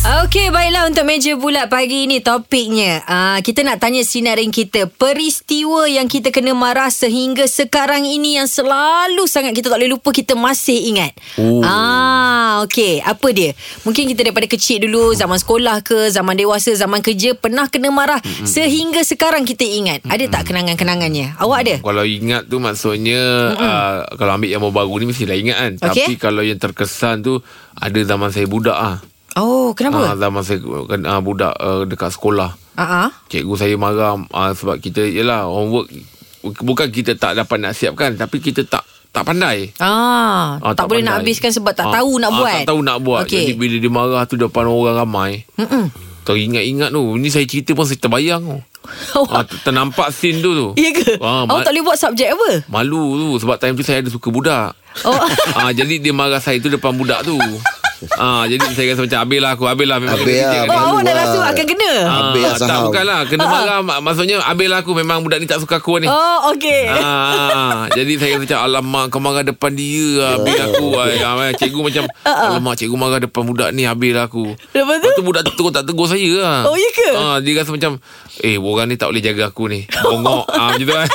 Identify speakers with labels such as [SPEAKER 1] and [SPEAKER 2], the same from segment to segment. [SPEAKER 1] Okey, baiklah untuk meja bulat pagi ini topiknya. Uh, kita nak tanya sinarin kita. Peristiwa yang kita kena marah sehingga sekarang ini yang selalu sangat kita tak boleh lupa, kita masih ingat.
[SPEAKER 2] Oh.
[SPEAKER 1] Ah, okey. Apa dia? Mungkin kita daripada kecil dulu, zaman sekolah ke, zaman dewasa, zaman kerja, pernah kena marah mm sehingga sekarang kita ingat. Ada tak kenangan-kenangannya? Awak ada?
[SPEAKER 2] Kalau ingat tu maksudnya uh, Kalau ambil yang baru-baru ni Mestilah ingat kan
[SPEAKER 1] Okey.
[SPEAKER 2] Tapi kalau yang terkesan tu Ada zaman saya budak ah. Ah,
[SPEAKER 1] Oh, kenapa?
[SPEAKER 2] zaman saya uh, budak uh, dekat sekolah
[SPEAKER 1] Ah, uh-huh.
[SPEAKER 2] Cikgu saya marah uh, Sebab kita Yelah homework Bukan kita tak dapat nak siapkan Tapi kita tak tak pandai
[SPEAKER 1] Ah,
[SPEAKER 2] Ah,
[SPEAKER 1] tak, boleh
[SPEAKER 2] pandai.
[SPEAKER 1] nak habiskan sebab tak
[SPEAKER 2] Ah,
[SPEAKER 1] tahu nak
[SPEAKER 2] ah,
[SPEAKER 1] buat.
[SPEAKER 2] Tak tahu nak buat.
[SPEAKER 1] Okey.
[SPEAKER 2] Okay. Jadi bila dia marah tu depan orang ramai.
[SPEAKER 1] Mm-mm.
[SPEAKER 2] Teringat-ingat tu. Ni saya cerita pun saya terbayang tu. ah, ter- ternampak scene tu tu.
[SPEAKER 1] Oh. Ya ke?
[SPEAKER 2] Ah,
[SPEAKER 1] Awak
[SPEAKER 2] ma-
[SPEAKER 1] tak boleh buat subjek apa?
[SPEAKER 2] malu tu sebab time tu saya ada suka budak.
[SPEAKER 1] Oh.
[SPEAKER 2] ah, jadi dia marah saya tu depan budak tu. ah, jadi saya rasa macam habislah aku, habislah memang
[SPEAKER 3] Habis
[SPEAKER 2] kena
[SPEAKER 3] lah,
[SPEAKER 2] kerja kat dia."
[SPEAKER 1] Oh,
[SPEAKER 3] Malu
[SPEAKER 1] awak dah
[SPEAKER 3] lah.
[SPEAKER 1] rasa awak akan kena?
[SPEAKER 3] Ah. habis lah
[SPEAKER 2] tak
[SPEAKER 3] sahau.
[SPEAKER 2] bukanlah kena marah mak- maksudnya habislah aku memang budak ni tak suka aku ni.
[SPEAKER 1] Oh, okey.
[SPEAKER 2] Ah, jadi saya macam Alamak kau marah depan
[SPEAKER 3] Ya,
[SPEAKER 2] dia Habis aku ay, ay, Cikgu macam Alamak cikgu marah depan budak ni Habis lah aku
[SPEAKER 1] Ah, Lepas tu?
[SPEAKER 2] Lepas tu budak tu terus tak tegur saya lah.
[SPEAKER 1] Oh, ya ke?
[SPEAKER 2] Ah, dia rasa macam Eh orang ni tak boleh jaga aku ni Bongok ah, Macam tu kan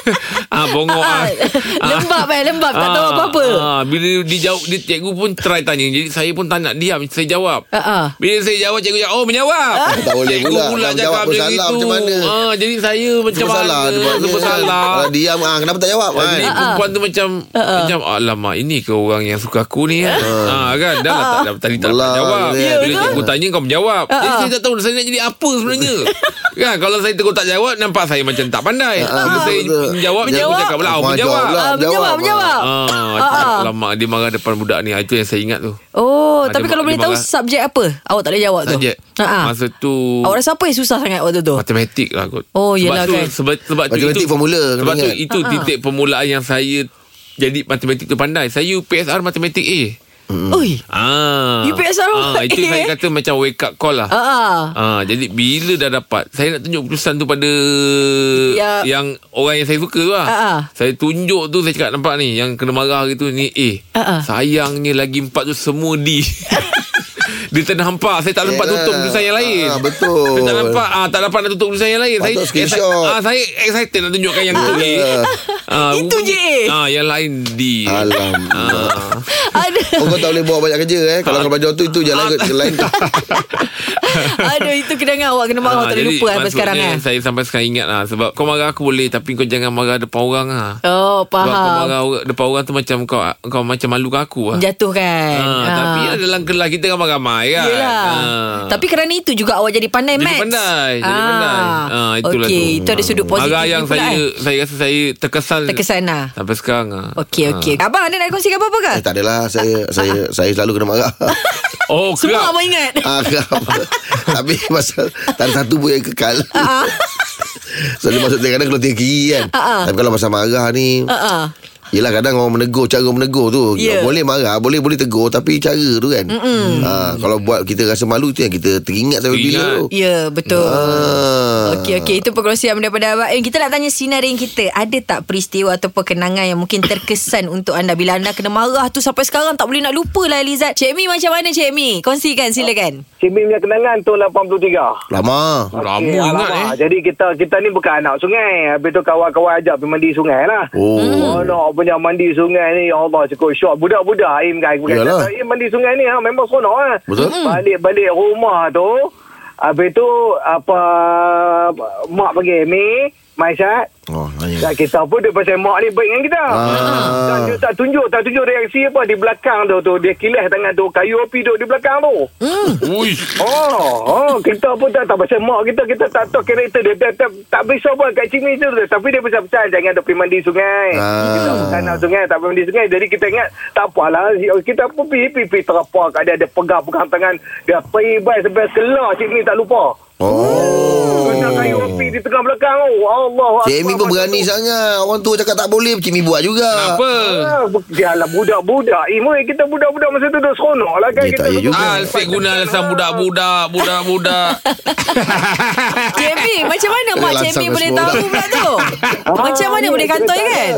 [SPEAKER 2] ah, Bongok ah.
[SPEAKER 1] Lembab eh, lembab. Tak tahu
[SPEAKER 2] Ah,
[SPEAKER 1] apa-apa.
[SPEAKER 2] ah, Bila dia jawab dia, Cikgu pun try tanya Jadi saya pun tak nak diam Saya jawab
[SPEAKER 1] Ah, ah.
[SPEAKER 2] Bila saya jawab Cikgu jawab Oh menjawab
[SPEAKER 3] Tak boleh
[SPEAKER 2] Cikgu
[SPEAKER 3] pula.
[SPEAKER 2] pula
[SPEAKER 3] Kalau
[SPEAKER 2] cakap
[SPEAKER 3] jawab pun salah,
[SPEAKER 2] macam itu
[SPEAKER 3] macam mana?
[SPEAKER 2] ah, Jadi saya macam
[SPEAKER 3] Cuma salah
[SPEAKER 2] mana
[SPEAKER 3] dia buatnya.
[SPEAKER 2] Sebab salah
[SPEAKER 3] Kalau diam ah kenapa tak jawab kan?
[SPEAKER 2] jadi perempuan tu macam
[SPEAKER 1] Ah,
[SPEAKER 2] uh-uh. Macam Alamak ini ke orang yang suka aku ni kan uh. ha, kan Dah lah tak, dah- Tadi tak
[SPEAKER 3] Ah. Belah
[SPEAKER 2] nak jawab
[SPEAKER 3] dia.
[SPEAKER 2] Bila
[SPEAKER 3] Ya,
[SPEAKER 2] cikgu tanya kau menjawab
[SPEAKER 1] Ah,
[SPEAKER 2] Jadi saya tak tahu Saya nak jadi apa sebenarnya Kan kalau saya tegur tak jawab Nampak saya macam tak pandai Bila
[SPEAKER 3] Ah,
[SPEAKER 2] saya
[SPEAKER 3] betul.
[SPEAKER 2] jawab Cikgu
[SPEAKER 1] Menjawab.
[SPEAKER 2] cakap pula Oh
[SPEAKER 3] Kau
[SPEAKER 2] menjawab
[SPEAKER 3] jawab
[SPEAKER 1] Ah,
[SPEAKER 3] Jawab,
[SPEAKER 1] menjawab,
[SPEAKER 3] ah.
[SPEAKER 1] menjawab.
[SPEAKER 2] Ah, Alamak dia marah depan budak ni Ah, Itu yang saya ingat tu
[SPEAKER 1] Oh,
[SPEAKER 2] Ada
[SPEAKER 1] tapi kalau
[SPEAKER 2] mak-
[SPEAKER 1] boleh
[SPEAKER 2] dia
[SPEAKER 1] tahu
[SPEAKER 2] marah.
[SPEAKER 1] subjek apa? Awak tak boleh jawab tu.
[SPEAKER 2] Sajak
[SPEAKER 1] Ah, ah.
[SPEAKER 2] lah. Masa tu
[SPEAKER 1] Awak rasa apa yang susah sangat waktu tu?
[SPEAKER 3] Ah,
[SPEAKER 2] Matematik lah kot
[SPEAKER 1] Oh,
[SPEAKER 2] Sebab
[SPEAKER 1] yelah
[SPEAKER 2] tu,
[SPEAKER 1] kan. Ah,
[SPEAKER 2] Sebab, sebab
[SPEAKER 3] Matematik
[SPEAKER 2] tu, itu,
[SPEAKER 3] formula, kena
[SPEAKER 2] Sebab tu
[SPEAKER 3] ingat.
[SPEAKER 2] itu
[SPEAKER 1] Ha-ha.
[SPEAKER 2] titik permulaan yang saya Jadi matematik tu pandai Saya PSR matematik A
[SPEAKER 3] mm.
[SPEAKER 1] Oi.
[SPEAKER 2] Ah,
[SPEAKER 1] You PSR
[SPEAKER 2] ah, Itu
[SPEAKER 1] A.
[SPEAKER 2] saya kata macam wake up call lah
[SPEAKER 1] Ah, ah.
[SPEAKER 2] Ah, jadi bila dah dapat Saya nak tunjuk keputusan tu pada
[SPEAKER 1] Ya.
[SPEAKER 2] Yang orang yang saya suka tu lah
[SPEAKER 1] Ah, ah.
[SPEAKER 2] Saya tunjuk tu Saya cakap nampak ni Yang kena marah hari tu Ni A
[SPEAKER 1] Ah, ah.
[SPEAKER 2] Sayangnya lagi empat tu semua D Dia tak nampak Saya tak sempat
[SPEAKER 3] Yelah.
[SPEAKER 2] tutup keputusan yang lain
[SPEAKER 3] Ah, betul.
[SPEAKER 2] Saya tak nampak ah, Tak dapat nak tutup keputusan yang lain
[SPEAKER 3] Patut
[SPEAKER 2] saya,
[SPEAKER 3] screenshot.
[SPEAKER 2] ah, saya excited nak tunjukkan yang tu A
[SPEAKER 3] Yelah.
[SPEAKER 2] ah,
[SPEAKER 1] Itu je A.
[SPEAKER 2] ah, Yang lain D
[SPEAKER 3] Alamak.
[SPEAKER 2] Ah.
[SPEAKER 1] Ada.
[SPEAKER 3] Oh, kau tak boleh buat banyak kerja eh. Kalau kau belajar tu itu je lain kot lain.
[SPEAKER 1] Ada itu kenangan awak kena marah awak
[SPEAKER 2] Ah,
[SPEAKER 1] tak boleh
[SPEAKER 2] jadi
[SPEAKER 1] lupa sampai
[SPEAKER 2] maksudnya
[SPEAKER 1] sekarang eh.
[SPEAKER 2] Saya sampai sekarang ingat lah Sebab kau marah aku boleh Tapi kau jangan marah depan orang lah
[SPEAKER 1] Oh,
[SPEAKER 2] Sebab kau
[SPEAKER 1] faham.
[SPEAKER 2] marah orang, depan orang tu macam kau kau macam malukan aku lah.
[SPEAKER 1] Jatuhkan.
[SPEAKER 2] Ha,
[SPEAKER 1] Ah.
[SPEAKER 2] Tapi dalam kelas kita ramai-ramai kan.
[SPEAKER 1] Yelah.
[SPEAKER 2] Ha.
[SPEAKER 1] Tapi kerana itu juga awak jadi pandai
[SPEAKER 2] Jadi
[SPEAKER 1] maths.
[SPEAKER 2] pandai, jadi pandai. Ah, itulah
[SPEAKER 1] Okey,
[SPEAKER 2] tu. Ah,
[SPEAKER 1] itu ada sudut positif.
[SPEAKER 2] Marah yang
[SPEAKER 1] ni pula,
[SPEAKER 2] saya
[SPEAKER 1] eh.
[SPEAKER 2] saya rasa saya terkesan
[SPEAKER 1] terkesan lah.
[SPEAKER 2] sampai sekarang ah.
[SPEAKER 1] Okey, okey. Abang ada nak kongsikan apa-apa ke?
[SPEAKER 3] Eh, tak adalah saya saya saya selalu kena marah.
[SPEAKER 2] Ha. Oh,
[SPEAKER 1] Semua
[SPEAKER 2] kelab.
[SPEAKER 1] abang ingat.
[SPEAKER 3] Ah, kenapa? Tapi pasal tak ada satu pun yang kekal. So dia masuk kadang kalau tiga kiri kan. Tapi kalau pasal marah ni
[SPEAKER 1] Ah,
[SPEAKER 3] Yelah kadang orang menegur Cara menegur tu yeah.
[SPEAKER 1] Ya.
[SPEAKER 3] Boleh marah Boleh boleh tegur Tapi cara tu kan ha, Kalau buat kita rasa malu tu yang Kita teringat sampai bila
[SPEAKER 2] Teringat.
[SPEAKER 3] tu
[SPEAKER 1] Ya, betul.
[SPEAKER 3] Ah.
[SPEAKER 1] Okey okey itu perkongsian daripada Abang Im. Kita nak tanya sinarin kita. Ada tak peristiwa atau kenangan yang mungkin terkesan untuk anda bila anda kena marah tu sampai sekarang tak boleh nak lupa lah Elizad. Cik Mi macam mana Cik Mi? Kongsikan silakan.
[SPEAKER 4] Cik Min punya kenangan tahun 83.
[SPEAKER 3] Lama
[SPEAKER 2] Lama
[SPEAKER 4] Okey,
[SPEAKER 2] ingat
[SPEAKER 4] alamak.
[SPEAKER 2] eh.
[SPEAKER 4] Jadi kita kita ni bukan anak sungai. Habis tu kawan-kawan ajak pergi mandi sungai lah.
[SPEAKER 3] Oh.
[SPEAKER 4] Oh, nak punya mandi sungai ni. Ya Allah, cukup syok. Budak-budak Aim kan. Bukan
[SPEAKER 3] Yalah.
[SPEAKER 4] kata, Aim mandi sungai ni ha, memang seronok lah.
[SPEAKER 3] Betul.
[SPEAKER 4] Mm. Balik-balik rumah tu. Habis tu, apa, mak panggil Aim. Maisyat,
[SPEAKER 3] Oh nanya
[SPEAKER 4] dan kita pun dia pasal mak ni baik dengan kita.
[SPEAKER 3] Ah.
[SPEAKER 4] Dan dia tak tunjuk, tak tunjuk reaksi apa di belakang tu. tu. Dia kilas tangan tu, kayu api duduk di belakang tu.
[SPEAKER 2] Ui.
[SPEAKER 4] Oh, oh, kita pun tak tahu pasal mak kita, kita tak tahu karakter dia. Dia tak, tak besar pun kat sini tu. Tapi dia pesan-pesan jangan tak pergi mandi sungai.
[SPEAKER 3] Ah.
[SPEAKER 4] Kita bukan nak sungai, tak pergi mandi sungai. Jadi kita ingat, tak apalah. Kita pun pergi, pergi, pergi terapar kat dia. Dia pegang-pegang tangan. Dia pergi baik sampai kelar cik ni tak lupa.
[SPEAKER 3] Oh
[SPEAKER 4] Kena kayu api di tengah belakang tu. Allah.
[SPEAKER 3] Cik Amy pun berani sangat. Orang tua cakap tak boleh, Cik Amy buat juga.
[SPEAKER 2] Apa?
[SPEAKER 4] Ah, Jalan budak-budak. Imo kita budak-budak masa tu dah seronok lah kan.
[SPEAKER 3] Ya, tak ya juga.
[SPEAKER 2] Ah, Alfie guna alasan budak-budak, budak-budak.
[SPEAKER 1] JB Macam mana Mak
[SPEAKER 3] Eh,
[SPEAKER 1] JB
[SPEAKER 3] langsung
[SPEAKER 1] boleh
[SPEAKER 3] semua
[SPEAKER 1] tahu
[SPEAKER 3] orang.
[SPEAKER 1] pula tu Macam mana boleh kantoi kan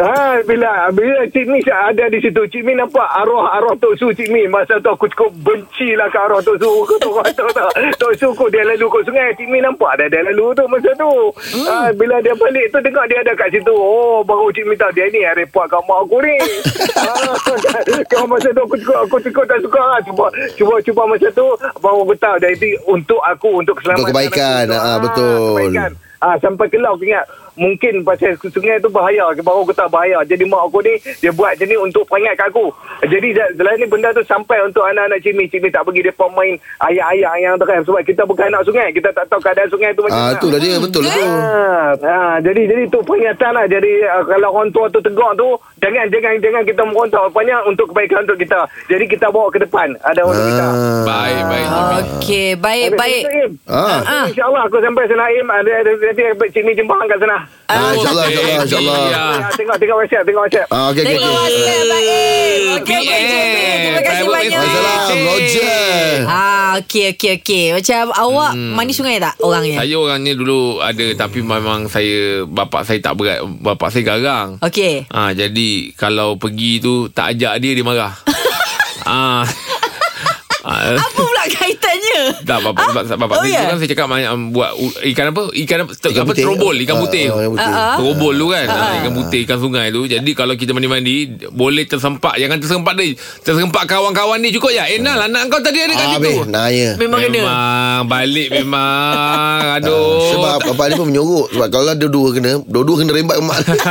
[SPEAKER 4] Ha, bila bila Cik Mi ada di situ, Cik Mi nampak arwah-arwah Tok Su Cik Mi. Masa tu aku cukup benci lah ke arwah Tok Su. Kau tahu kau tahu tak? Tok Su kau dia lalu kot sungai. Cik Mi nampak dah dia lalu tu masa tu.
[SPEAKER 1] Hmm.
[SPEAKER 4] Ha, bila dia balik tu tengok dia ada kat situ. Oh, baru Cik Mi tahu dia ni yang repot kat mak aku ni. ha, kau masa tu aku cukup, aku cukup tak suka lah. Cuba, cuba, cuba masa tu baru aku tahu dia itu untuk aku, untuk keselamatan.
[SPEAKER 3] Untuk kebaikan.
[SPEAKER 1] Ha,
[SPEAKER 4] aku.
[SPEAKER 3] Ah,
[SPEAKER 4] Ah,
[SPEAKER 3] betul.
[SPEAKER 4] Kebaikan. Ah sampai kelau aku ingat mungkin pasal sungai tu bahaya ke baru aku tahu bahaya. Jadi mak aku ni dia buat macam ni untuk peringatkan aku. Jadi selain ni benda tu sampai untuk anak-anak cimi cimi tak pergi depa main ayah-ayah yang terang sebab kita bukan anak sungai. Kita tak tahu keadaan sungai tu macam
[SPEAKER 3] Ah,
[SPEAKER 4] mana.
[SPEAKER 3] tu lah dia. Betul lah tu.
[SPEAKER 4] Ah, ah, jadi jadi tu peringatan lah. Jadi ah, kalau orang tua tu tegur tu jangan jangan jangan kita merontak. Rupanya untuk kebaikan untuk kita. Jadi kita bawa ke depan ada orang kita.
[SPEAKER 3] Ah.
[SPEAKER 2] Baik, baik.
[SPEAKER 1] Okey Baik Eh, baik
[SPEAKER 3] Ah.
[SPEAKER 4] Ah. InsyaAllah aku sampai sana Im Ada ada nanti Cik Mi jembang kat sana
[SPEAKER 3] Ah, InsyaAllah, insyaAllah, insyaAllah.
[SPEAKER 4] ah. Tengok tengok WhatsApp Tengok WhatsApp
[SPEAKER 3] Ah, okey, okey,
[SPEAKER 1] Terima
[SPEAKER 3] okey.
[SPEAKER 1] kasih baik Okey Mak JB
[SPEAKER 2] Private
[SPEAKER 1] Terima kasih banyak
[SPEAKER 2] message.
[SPEAKER 3] Waalaikumsalam,
[SPEAKER 2] Cik.
[SPEAKER 3] Roger.
[SPEAKER 1] Ah, okey okey okey. Macam awak
[SPEAKER 3] Hmm.
[SPEAKER 1] mandi sungai tak orangnya?
[SPEAKER 2] Saya orangnya dulu ada tapi memang saya bapak saya tak berat, bapak saya garang.
[SPEAKER 1] Okey.
[SPEAKER 2] Ah ha, jadi kalau pergi tu tak ajak dia dia marah. ah. ha.
[SPEAKER 1] Apa pula kaitannya?
[SPEAKER 2] Tak bapak sebab sebab bapak
[SPEAKER 1] Oh,
[SPEAKER 2] oh, saya
[SPEAKER 1] ya?
[SPEAKER 2] yeah. kan saya cakap banyak um, buat u- ikan apa ikan apa,
[SPEAKER 3] Ikan
[SPEAKER 2] ikan apa
[SPEAKER 3] putih.
[SPEAKER 2] terobol ikan
[SPEAKER 3] Ah,
[SPEAKER 2] putih.
[SPEAKER 3] ah, ikan putih.
[SPEAKER 2] Uh, terobol tu kan.
[SPEAKER 1] Ah.
[SPEAKER 2] Uh, ikan putih ikan sungai tu. Jadi kalau kita mandi-mandi boleh tersempak jangan tersempak dia. Tersempak kawan-kawan dia cukup ya. Enal anak kau tadi ada kat
[SPEAKER 3] Ah,
[SPEAKER 2] situ.
[SPEAKER 3] habis. Naya.
[SPEAKER 1] Memang kena.
[SPEAKER 2] Memang balik memang aduh
[SPEAKER 3] Ah, Sebab bapak dia pun menyorok Sebab kalau dua-dua kena Dua-dua kena rembat ke mak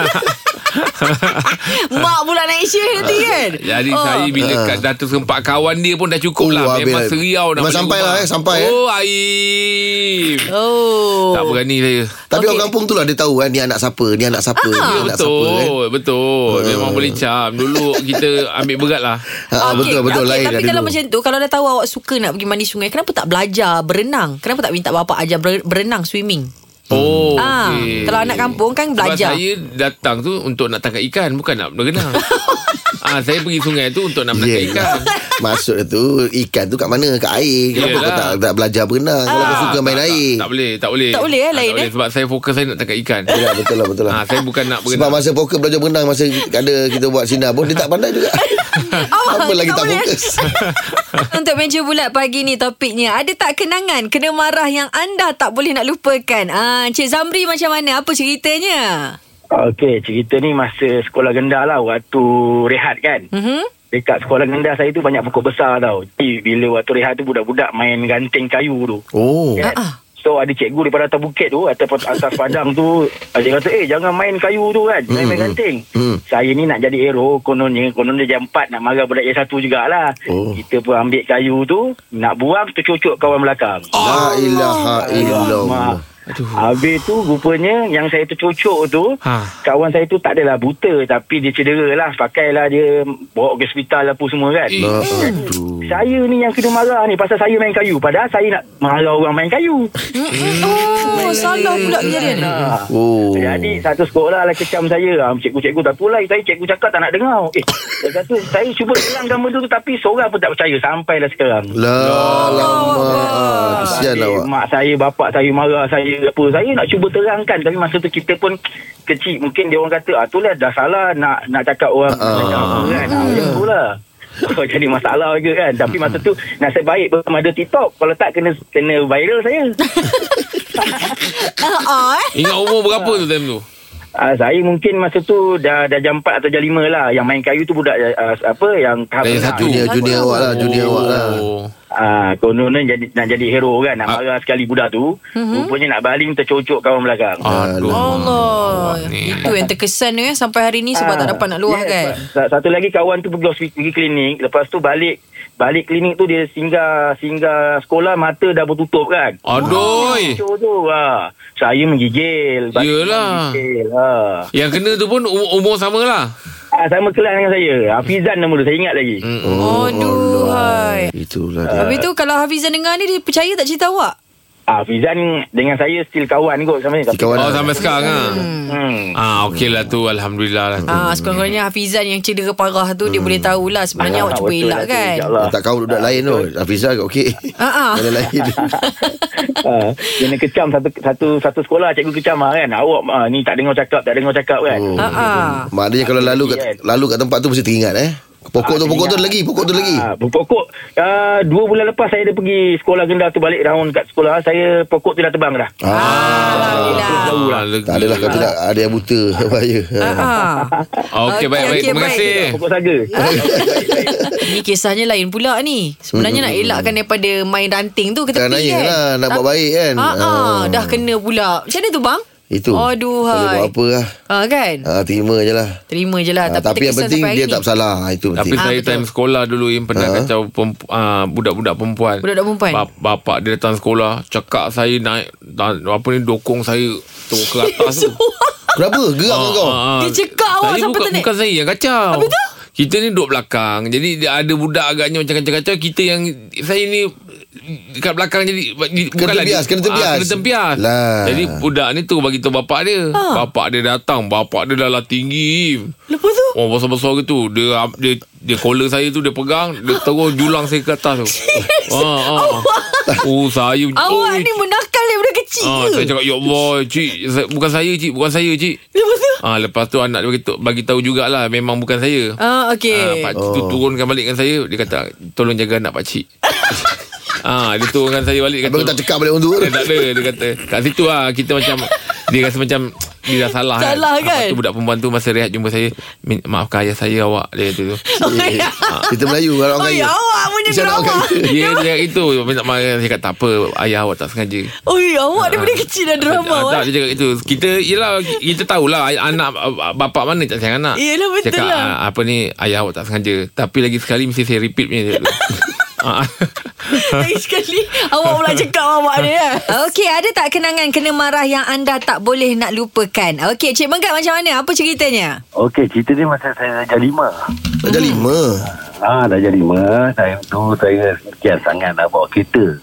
[SPEAKER 1] Mak pula naik share nanti
[SPEAKER 3] Ah,
[SPEAKER 1] kan?
[SPEAKER 2] Jadi oh. saya bila uh. dah tersempak kawan dia pun dah cukup
[SPEAKER 3] Oh,
[SPEAKER 2] lah Memang
[SPEAKER 3] habis.
[SPEAKER 2] seriau dah
[SPEAKER 3] Memang sampai
[SPEAKER 2] balik rumah.
[SPEAKER 3] lah, eh, sampai, eh.
[SPEAKER 2] Oh Aib
[SPEAKER 1] Oh.
[SPEAKER 2] Tak berani saya
[SPEAKER 3] Tapi
[SPEAKER 1] Okey. Ah,
[SPEAKER 3] orang kampung tu lah Dia tahu kan Ni anak siapa Ni anak siapa Ni
[SPEAKER 2] Ya,
[SPEAKER 3] anak siapa
[SPEAKER 2] betul
[SPEAKER 3] kan
[SPEAKER 2] Betul Memang boleh cam Dulu kita ambil berat lah
[SPEAKER 3] Ah, Betul betul
[SPEAKER 1] okey,
[SPEAKER 3] lain
[SPEAKER 1] Tapi
[SPEAKER 3] dari
[SPEAKER 1] kalau
[SPEAKER 3] dulu.
[SPEAKER 1] macam tu Kalau dah tahu awak suka nak pergi mandi sungai Kenapa tak belajar berenang? Kenapa tak minta bapak ajar ber- berenang, swimming?
[SPEAKER 2] Oh
[SPEAKER 1] Ah,
[SPEAKER 2] okey.
[SPEAKER 1] kalau anak kampung kan
[SPEAKER 2] Sebab
[SPEAKER 1] belajar.
[SPEAKER 2] saya datang tu Untuk nak tangkap ikan Bukan nak berenang Ah, saya pergi sungai tu untuk nak menangkap
[SPEAKER 3] Yeah.
[SPEAKER 2] ikan.
[SPEAKER 3] lah. Maksud dia tu Ikan tu kat mana Kat air Kenapa
[SPEAKER 2] Yelah. Ah.
[SPEAKER 3] kau tak, tak belajar berenang Kalau kau suka main
[SPEAKER 2] tak,
[SPEAKER 3] air
[SPEAKER 2] Tak, tak boleh, tak boleh.
[SPEAKER 1] Tak boleh, eh,
[SPEAKER 2] Ah,
[SPEAKER 1] lain,
[SPEAKER 2] tak boleh
[SPEAKER 1] eh?
[SPEAKER 2] sebab saya fokus saya nak tangkap ikan.
[SPEAKER 3] Yelah, Betul lah betul lah
[SPEAKER 2] Ah, saya bukan nak
[SPEAKER 3] Sebab
[SPEAKER 2] berenang.
[SPEAKER 3] masa poker belajar berenang Masa ada kita buat sinar pun Dia tak pandai juga Apa lagi tak
[SPEAKER 1] Oh, boleh.
[SPEAKER 3] fokus
[SPEAKER 1] Untuk meja bulat pagi ni topiknya Ada tak kenangan kena marah yang anda tak boleh nak lupakan? Ah, Encik Zamri macam mana? Apa ceritanya?
[SPEAKER 5] Okey, cerita ni masa sekolah rendah lah waktu rehat kan.
[SPEAKER 1] Mhm.
[SPEAKER 5] Dekat sekolah rendah saya tu banyak pokok besar tau. Jadi bila waktu rehat tu budak-budak main ganting kayu tu.
[SPEAKER 3] Oh
[SPEAKER 1] Ya.
[SPEAKER 5] Kan?
[SPEAKER 1] Ah,
[SPEAKER 5] So ada cikgu daripada atas bukit tu Atas, atas padang tu Dia kata eh jangan main kayu tu kan Jangan main ganting
[SPEAKER 3] Mm.
[SPEAKER 5] Saya ni nak jadi hero Kononnya Kononnya jam 4 Nak marah budak jam 1 jugalah
[SPEAKER 3] Oh.
[SPEAKER 5] Kita pun ambil kayu tu Nak buang tercucuk kawan belakang
[SPEAKER 3] La ilaha
[SPEAKER 5] Alamak.
[SPEAKER 3] illallah
[SPEAKER 5] Habis tu rupanya yang saya tercucuk tu
[SPEAKER 2] Ha.
[SPEAKER 5] ha. kawan saya tu tak adalah buta tapi dia cedera lah pakailah dia bawa ke hospital apa semua kan
[SPEAKER 6] Oh.
[SPEAKER 2] Eh.
[SPEAKER 3] La- Aduh
[SPEAKER 5] saya ni yang kena marah ni pasal saya main kayu padahal saya nak marah orang main kayu
[SPEAKER 1] Oh, salah pula kejadian.
[SPEAKER 5] ha.
[SPEAKER 3] Oh
[SPEAKER 5] Jadi satu sekolah lah kecam saya Ah, Cikgu-cikgu tak pulai Saya cikgu cakap tak nak dengar Eh dia kata saya cuba hilangkan benda tu Tapi seorang pun tak percaya Sampailah sekarang
[SPEAKER 3] La lama Ah, Kesian
[SPEAKER 5] Eh,
[SPEAKER 3] awak
[SPEAKER 5] Mak saya, bapak saya marah saya apa. Saya nak cuba terangkan tapi masa tu kita pun kecil. Mungkin dia orang kata, ah tu lah dah salah nak nak cakap orang
[SPEAKER 3] Ah.
[SPEAKER 5] cakap apa kan. Ah, macam tu lah. Oh, jadi masalah ke kan Tapi masa tu Nasib baik belum ada TikTok Kalau tak kena kena viral saya
[SPEAKER 1] Ah, eh.
[SPEAKER 2] Ingat umur berapa tu time tu?
[SPEAKER 5] uh, Saya mungkin masa tu Dah dah jam 4 atau jam 5 lah Yang main kayu tu budak uh, Apa Yang tahap
[SPEAKER 2] Yang
[SPEAKER 5] rendah.
[SPEAKER 2] satu.
[SPEAKER 3] Junior junior awak lah Junior awak lah
[SPEAKER 2] Oh.
[SPEAKER 5] Ah, kononnya jadi nak jadi hero kan nak
[SPEAKER 2] Ah.
[SPEAKER 5] marah sekali budak tu rupanya nak baling tercocok kawan belakang.
[SPEAKER 3] Ya,
[SPEAKER 2] Aduh.
[SPEAKER 1] Allah.
[SPEAKER 2] Ni.
[SPEAKER 1] Itu yang terkesan eh, sampai hari ni sebab
[SPEAKER 5] Ah,
[SPEAKER 1] tak dapat nak luah
[SPEAKER 5] yes.
[SPEAKER 1] kan?
[SPEAKER 5] Sa- Satu lagi kawan tu pergi, hospi- pergi klinik, lepas tu balik balik klinik tu dia singgah singgah sekolah mata dah bertutup kan.
[SPEAKER 2] Aduh.
[SPEAKER 5] Cucuk tu ha. Saya menggigil. balik
[SPEAKER 2] Yelah.
[SPEAKER 5] Menggigil. Ha.
[SPEAKER 2] Yang kena tu pun umur, umur sama lah.
[SPEAKER 5] Ah, sama kelas dengan saya. Hafizan nama dia. Saya ingat lagi. Hmm.
[SPEAKER 1] Aduh, hai.
[SPEAKER 3] Oh. Itulah dia
[SPEAKER 1] Habis tu kalau Hafizan dengar ni dia percaya tak cerita awak?
[SPEAKER 6] Ah, Fizan dengan saya still kawan kot sama ni. Tapi-
[SPEAKER 3] Kawan
[SPEAKER 2] Oh sampai sekarang ah.
[SPEAKER 6] Hmm.
[SPEAKER 2] Ah okey lah tu alhamdulillah lah tu.
[SPEAKER 1] Ah, sekurang-kurangnya Hafizan yang cedera parah tu dia boleh tahulah sebenarnya awak cuba
[SPEAKER 6] betul
[SPEAKER 1] elak
[SPEAKER 6] lah tu,
[SPEAKER 1] kan.
[SPEAKER 6] InsyaAllah.
[SPEAKER 3] Tak kau budak lain tu Hafizah kat okey
[SPEAKER 1] Ah, ah.
[SPEAKER 3] Ada lain
[SPEAKER 6] Ah, Kena kecam satu satu satu sekolah cikgu kecam ah kan. Awak ah, ni tak dengar cakap, tak dengar cakap kan.
[SPEAKER 3] Oh.
[SPEAKER 1] Ha ah.
[SPEAKER 3] Maknanya kalau lalu kat, lalu kat tempat tu Mesti teringat eh Pokok tu Pokok tu ada lagi Pokok tu ada lagi
[SPEAKER 6] Ah, pokok ah, dua bulan lepas saya dah pergi sekolah rendah tu balik round kat sekolah saya pokok tu dah tebang dah.
[SPEAKER 3] ah,
[SPEAKER 1] Alhamdulillah.
[SPEAKER 2] Ah,
[SPEAKER 3] Tak adalah kalau tidak Ada yang buta Bahaya
[SPEAKER 1] Ha ah.
[SPEAKER 2] Okey baik
[SPEAKER 1] Okey,
[SPEAKER 2] baik
[SPEAKER 1] okey,
[SPEAKER 2] terima
[SPEAKER 1] baik.
[SPEAKER 2] kasih.
[SPEAKER 6] Pokok saga.
[SPEAKER 1] Ni kisahnya lain pula ni. Sebenarnya nak elakkan daripada main ranting tu ke tepi
[SPEAKER 3] Tak
[SPEAKER 1] kan.
[SPEAKER 3] nanya lah Nak buat baik kan
[SPEAKER 1] Ha ah,
[SPEAKER 3] Ah.
[SPEAKER 1] dah kena pula. Macam mana tu bang?
[SPEAKER 3] Itu
[SPEAKER 1] Aduh
[SPEAKER 3] Boleh
[SPEAKER 1] hai.
[SPEAKER 3] buat apa lah
[SPEAKER 1] Ah kan?
[SPEAKER 3] ah, Terima je lah
[SPEAKER 1] Terima je lah
[SPEAKER 3] Ah,
[SPEAKER 1] Tapi,
[SPEAKER 3] Tapi yang
[SPEAKER 1] terkesan
[SPEAKER 3] penting
[SPEAKER 1] sampai hari
[SPEAKER 3] Dia
[SPEAKER 1] ni.
[SPEAKER 3] tak bersalah Ah, Itu
[SPEAKER 2] Tapi
[SPEAKER 3] penting
[SPEAKER 2] saya
[SPEAKER 1] betul.
[SPEAKER 2] time sekolah dulu yang pernah
[SPEAKER 3] Ha?
[SPEAKER 2] uh-huh. kacau pemp- uh, budak-budak perempuan.
[SPEAKER 1] Budak-budak perempuan?
[SPEAKER 2] Bap- bapak dia datang sekolah, cakap saya naik ta- apa ni dokong saya tu ke atas tu.
[SPEAKER 3] Kenapa gerak kan kau
[SPEAKER 2] Ah, ah.
[SPEAKER 1] Dia cekak awak
[SPEAKER 2] Saya
[SPEAKER 1] sampai
[SPEAKER 2] bukan,
[SPEAKER 1] ternaik.
[SPEAKER 2] Bukan saya yang kacau.
[SPEAKER 1] Habis tu?
[SPEAKER 2] Kita ni duduk belakang. Jadi dia ada budak agaknya macam kacau-kacau. Kita yang saya ni dekat belakang jadi di-
[SPEAKER 3] terbias,
[SPEAKER 2] di-
[SPEAKER 3] kena terbias.
[SPEAKER 2] Ah, kena terbias.
[SPEAKER 3] Lah.
[SPEAKER 2] Jadi budak ni tu bagi tahu bapak dia.
[SPEAKER 1] Ah.
[SPEAKER 2] Ha. Bapak dia datang, bapak dia dah lah tinggi.
[SPEAKER 1] Lepas tu
[SPEAKER 2] Oh besar-besar gitu Dia dia dia collar saya tu Dia pegang Dia terus julang saya ke atas tu ha, ha. Oh saya
[SPEAKER 1] Awak
[SPEAKER 2] oh,
[SPEAKER 1] ni menakal daripada kecil
[SPEAKER 2] ah,
[SPEAKER 1] ke
[SPEAKER 2] Saya cakap Ya Allah cik saya, Bukan saya cik Bukan saya cik
[SPEAKER 1] Lepas tu
[SPEAKER 2] Ah Lepas tu anak dia bagi, tahu- bagi tahu jugalah Memang bukan saya Ah,
[SPEAKER 1] Ah okey.
[SPEAKER 2] Pak cik
[SPEAKER 3] Oh.
[SPEAKER 2] tu turunkan balik dengan saya Dia kata Tolong jaga anak pak cik Ah, dia turunkan saya balik dia
[SPEAKER 3] Abang
[SPEAKER 2] kata,
[SPEAKER 3] tak cekak balik untuk
[SPEAKER 2] dia tak ada Dia kata Kat situ lah Kita macam Dia rasa macam Dia dah salah kan
[SPEAKER 1] Salah kan?
[SPEAKER 2] Lepas tu budak perempuan tu Masa rehat jumpa saya "Min- Maafkan ayah saya awak Dia kata tu
[SPEAKER 1] Oh, ya.
[SPEAKER 3] Eh, Kita Melayu kan, Orang
[SPEAKER 1] Oh,
[SPEAKER 3] kaya
[SPEAKER 1] ya awak punya
[SPEAKER 3] Macam nak
[SPEAKER 1] drama.
[SPEAKER 3] orang kaya
[SPEAKER 2] Dia dia cakap itu Minta maaf Saya cakap tak apa Ayah awak tak sengaja
[SPEAKER 1] Oh, ya awak daripada kecil dah drama. eh?
[SPEAKER 2] Ah,
[SPEAKER 1] awak.
[SPEAKER 2] Tak dia cakap itu Kita Yelah Kita tahulah ay- Anak ah, Bapak mana tak sayang anak
[SPEAKER 1] Yelah, betul
[SPEAKER 2] cakap,
[SPEAKER 1] lah.
[SPEAKER 2] ah, Apa ni Ayah awak tak sengaja Tapi lagi sekali Mesti saya repeat punya dia tu. Ah.
[SPEAKER 1] Lagi sekali awak pula cakap awak ya. dia. Okey, ada tak kenangan kena marah yang anda tak boleh nak lupakan? Okey, Cik Mengkat macam mana? Apa ceritanya?
[SPEAKER 7] Okey, cerita ni masa saya darjah lima.
[SPEAKER 3] Dah lima
[SPEAKER 7] Ah, darjah lima. Saya tu saya sekian sangat nak bawa kereta.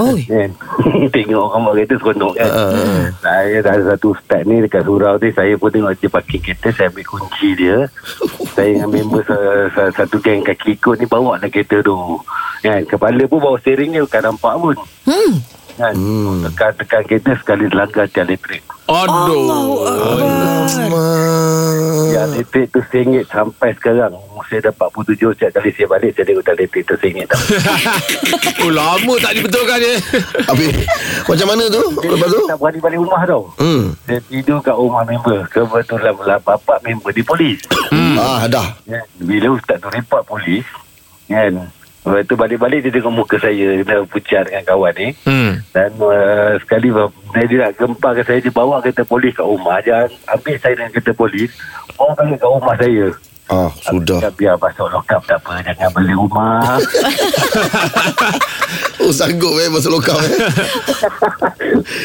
[SPEAKER 1] Oi.
[SPEAKER 7] Kan? tengok orang bawa kereta seronok kan. Uh. Saya dah ada satu start ni dekat surau tu. Saya pun tengok dia parking kereta. Saya ambil kunci dia. saya dengan member sa- sa- satu geng kaki ikut ni bawa lah kereta tu. Kan? Kepala pun bawa steering dia. Bukan nampak pun.
[SPEAKER 1] Hmm.
[SPEAKER 7] Kan?
[SPEAKER 3] Hmm.
[SPEAKER 7] Tekan-tekan kereta sekali langgar tiada elektrik.
[SPEAKER 2] Hmm. Aduh
[SPEAKER 3] Alamak
[SPEAKER 7] Ya, elektrik tu RM1 sampai sekarang. Umur Saya dah 47, setiap kali saya balik, saya tengok tak elektrik tu RM1 tak.
[SPEAKER 2] Oh lama tak dibetulkan dia
[SPEAKER 3] Habis Macam mana tu Lepas tu
[SPEAKER 7] tak berani balik rumah tau.
[SPEAKER 3] Hmm
[SPEAKER 7] Saya tidur kat rumah member. Kebetulan lah bapak member di polis.
[SPEAKER 2] Hmm.
[SPEAKER 3] Ah dah
[SPEAKER 7] Ya, Bila ustaz tu report polis, kan, Lepas tu balik-balik dia tengok muka saya. Dia dah pucat dengan kawan ni.
[SPEAKER 2] hmm.
[SPEAKER 7] Dan uh, sekali uh, dia, dia nak gemparkan saya, dia bawa kereta polis kat rumah. Dia ambil saya dengan kereta polis, bawa balik kat rumah saya.
[SPEAKER 3] Ah sudah
[SPEAKER 7] Cakap, Biar masuk lokap tak apa, jangan balik rumah.
[SPEAKER 3] Oh sanggup eh Masuk lokal eh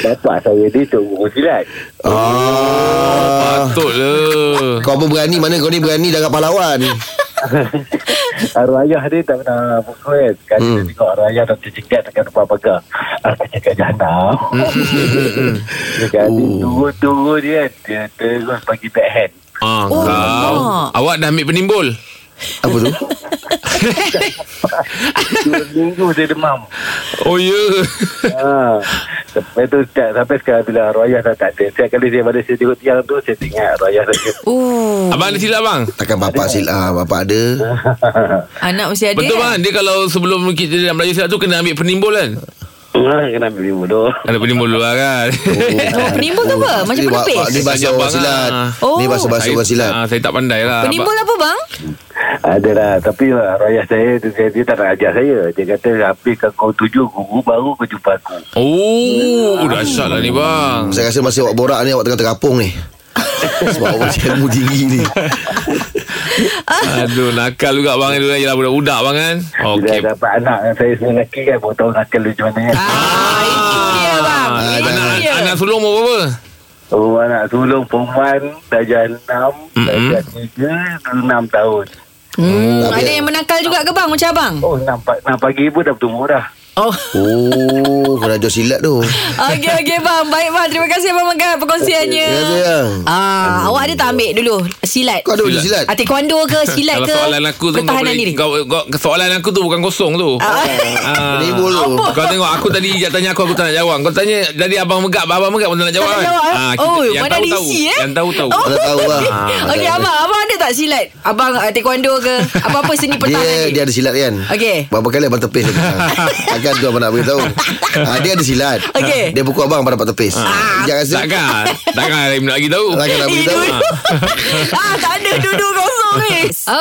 [SPEAKER 7] Bapak saya ni tu guru silat.
[SPEAKER 3] Ah
[SPEAKER 2] Patutlah
[SPEAKER 3] Kau pun berani Mana kau ni berani Dah kat pahlawan
[SPEAKER 7] Arwah ayah dia tak pernah pukul kan. Sekali hmm. dia tengok arwah ayah dah tercegat dekat depan pagar. Aku cakap jahanam. Jadi turun-turun dia, kan?" dia terus bagi backhand.
[SPEAKER 2] Ah, oh.
[SPEAKER 1] Oh.
[SPEAKER 2] kau. Awak dah ambil penimbul.
[SPEAKER 3] Apa tu
[SPEAKER 7] Dua minggu dia demam.
[SPEAKER 2] Oh ya. Yeah.
[SPEAKER 7] ha. Sampai tu tak, sampai sekarang bila arwah ayah dah tak ada. Setiap kali saya balik saya tengok tiang tu, saya tengok arwah ayah saya.
[SPEAKER 1] Oh,
[SPEAKER 2] Abang ada silap bang.
[SPEAKER 3] Takkan bapak sila ah, Bapak ada
[SPEAKER 1] anak mesti ada.
[SPEAKER 2] Betul
[SPEAKER 1] eh?
[SPEAKER 2] bang. Dia kalau sebelum kita dalam Melayu silap tu kena ambil penimbul kan.
[SPEAKER 7] Ah, Kena beli bodoh.
[SPEAKER 2] Ada penimbul dulu lah kan.
[SPEAKER 1] Oh, penimbul ke apa? Macam
[SPEAKER 3] Dia ba-
[SPEAKER 1] penepis?
[SPEAKER 3] ba- Dia bahasa
[SPEAKER 2] Abang
[SPEAKER 3] orang
[SPEAKER 2] ah.
[SPEAKER 3] silat
[SPEAKER 1] Oh.
[SPEAKER 3] Ni bahasa bahasa
[SPEAKER 2] Saya-
[SPEAKER 3] orang silat
[SPEAKER 2] Ah, saya tak pandai lah.
[SPEAKER 1] Penimbul apa bang?
[SPEAKER 7] Adalah lah. Tapi raya saya tu, dia, dia tak nak ajar saya Dia kata Habis kau tujuh guru Baru kau jumpa aku
[SPEAKER 2] Oh, dahsyat lah ni bang.
[SPEAKER 3] Saya rasa masa awak borak ni Awak tengah terkapung ni Sebab awak macam ilmu tinggi ni
[SPEAKER 2] Aduh, nakal juga bang dulu Yalah budak-budak bang kan.
[SPEAKER 7] Bila
[SPEAKER 2] Okey.
[SPEAKER 7] dapat anak dengan Saya seorang lelaki kan Baru tahu nakal dia macam mana kan
[SPEAKER 1] Ah, itu dia bang.
[SPEAKER 2] Ah,
[SPEAKER 1] Itu
[SPEAKER 2] anak,
[SPEAKER 1] dia.
[SPEAKER 2] anak sulung mau berapa?
[SPEAKER 7] Oh anak sulung perempuan Darjah enam
[SPEAKER 2] Mm-mm.
[SPEAKER 7] Darjah tiga Enam tahun
[SPEAKER 1] Hmm,
[SPEAKER 3] Tapi-
[SPEAKER 1] ada yang menakal juga ke bang macam abang?
[SPEAKER 7] Oh enam, pa- enam pagi pun dah bertumur dah
[SPEAKER 1] Oh.
[SPEAKER 3] Oh Kena ajar silat tu
[SPEAKER 1] Okey okey bang. Baik bang. Terima kasih bang Makan perkongsiannya.
[SPEAKER 3] Terima kasih, bang.
[SPEAKER 1] Ah, awak ada tak ambil dulu silat?
[SPEAKER 3] Kau ada uji
[SPEAKER 1] Ah,
[SPEAKER 3] silat
[SPEAKER 1] taekwondo ke silat
[SPEAKER 2] Kalau
[SPEAKER 1] Lah, ke?
[SPEAKER 2] soalan aku tu kau
[SPEAKER 1] pertahanan
[SPEAKER 2] boleh
[SPEAKER 1] diri.
[SPEAKER 2] kau, kau, soalan aku tu bukan kosong tu. Ah.
[SPEAKER 3] Ni bulu
[SPEAKER 2] Kau tengok aku tadi ijat tanya aku aku tak nak jawab. Kau tanya dari abang megap, abang megap pun tak nak jawab.
[SPEAKER 1] Tak
[SPEAKER 2] kan?
[SPEAKER 1] nak jawab, eh?
[SPEAKER 2] kita-
[SPEAKER 1] Oh,
[SPEAKER 2] yang
[SPEAKER 1] mana
[SPEAKER 2] tahu,
[SPEAKER 1] ada
[SPEAKER 2] tahu.
[SPEAKER 1] isi, eh?
[SPEAKER 2] Yang tahu tahu.
[SPEAKER 1] Oh.
[SPEAKER 3] Mana tahu lah
[SPEAKER 1] Okey abang, abang ada tak silat? Abang uh, taekwondo ke? Apa-apa seni pertahanan
[SPEAKER 3] dia,
[SPEAKER 1] diri?
[SPEAKER 3] dia ada silat kan
[SPEAKER 1] Okey.
[SPEAKER 3] Berapa kali abang tepis dia kena. Takkan tu abang nak beritahu ha, Dia ada silat Ah,
[SPEAKER 1] Okey. Ah.
[SPEAKER 3] Dia pukul abang abang dapat tepis ha. Jangan rasa
[SPEAKER 2] Takkan Takkan Rahim nak bagi tahu
[SPEAKER 3] Takkan nak
[SPEAKER 1] Eh,
[SPEAKER 3] beritahu
[SPEAKER 1] duduk. ah, tak ada duduk kosong ni.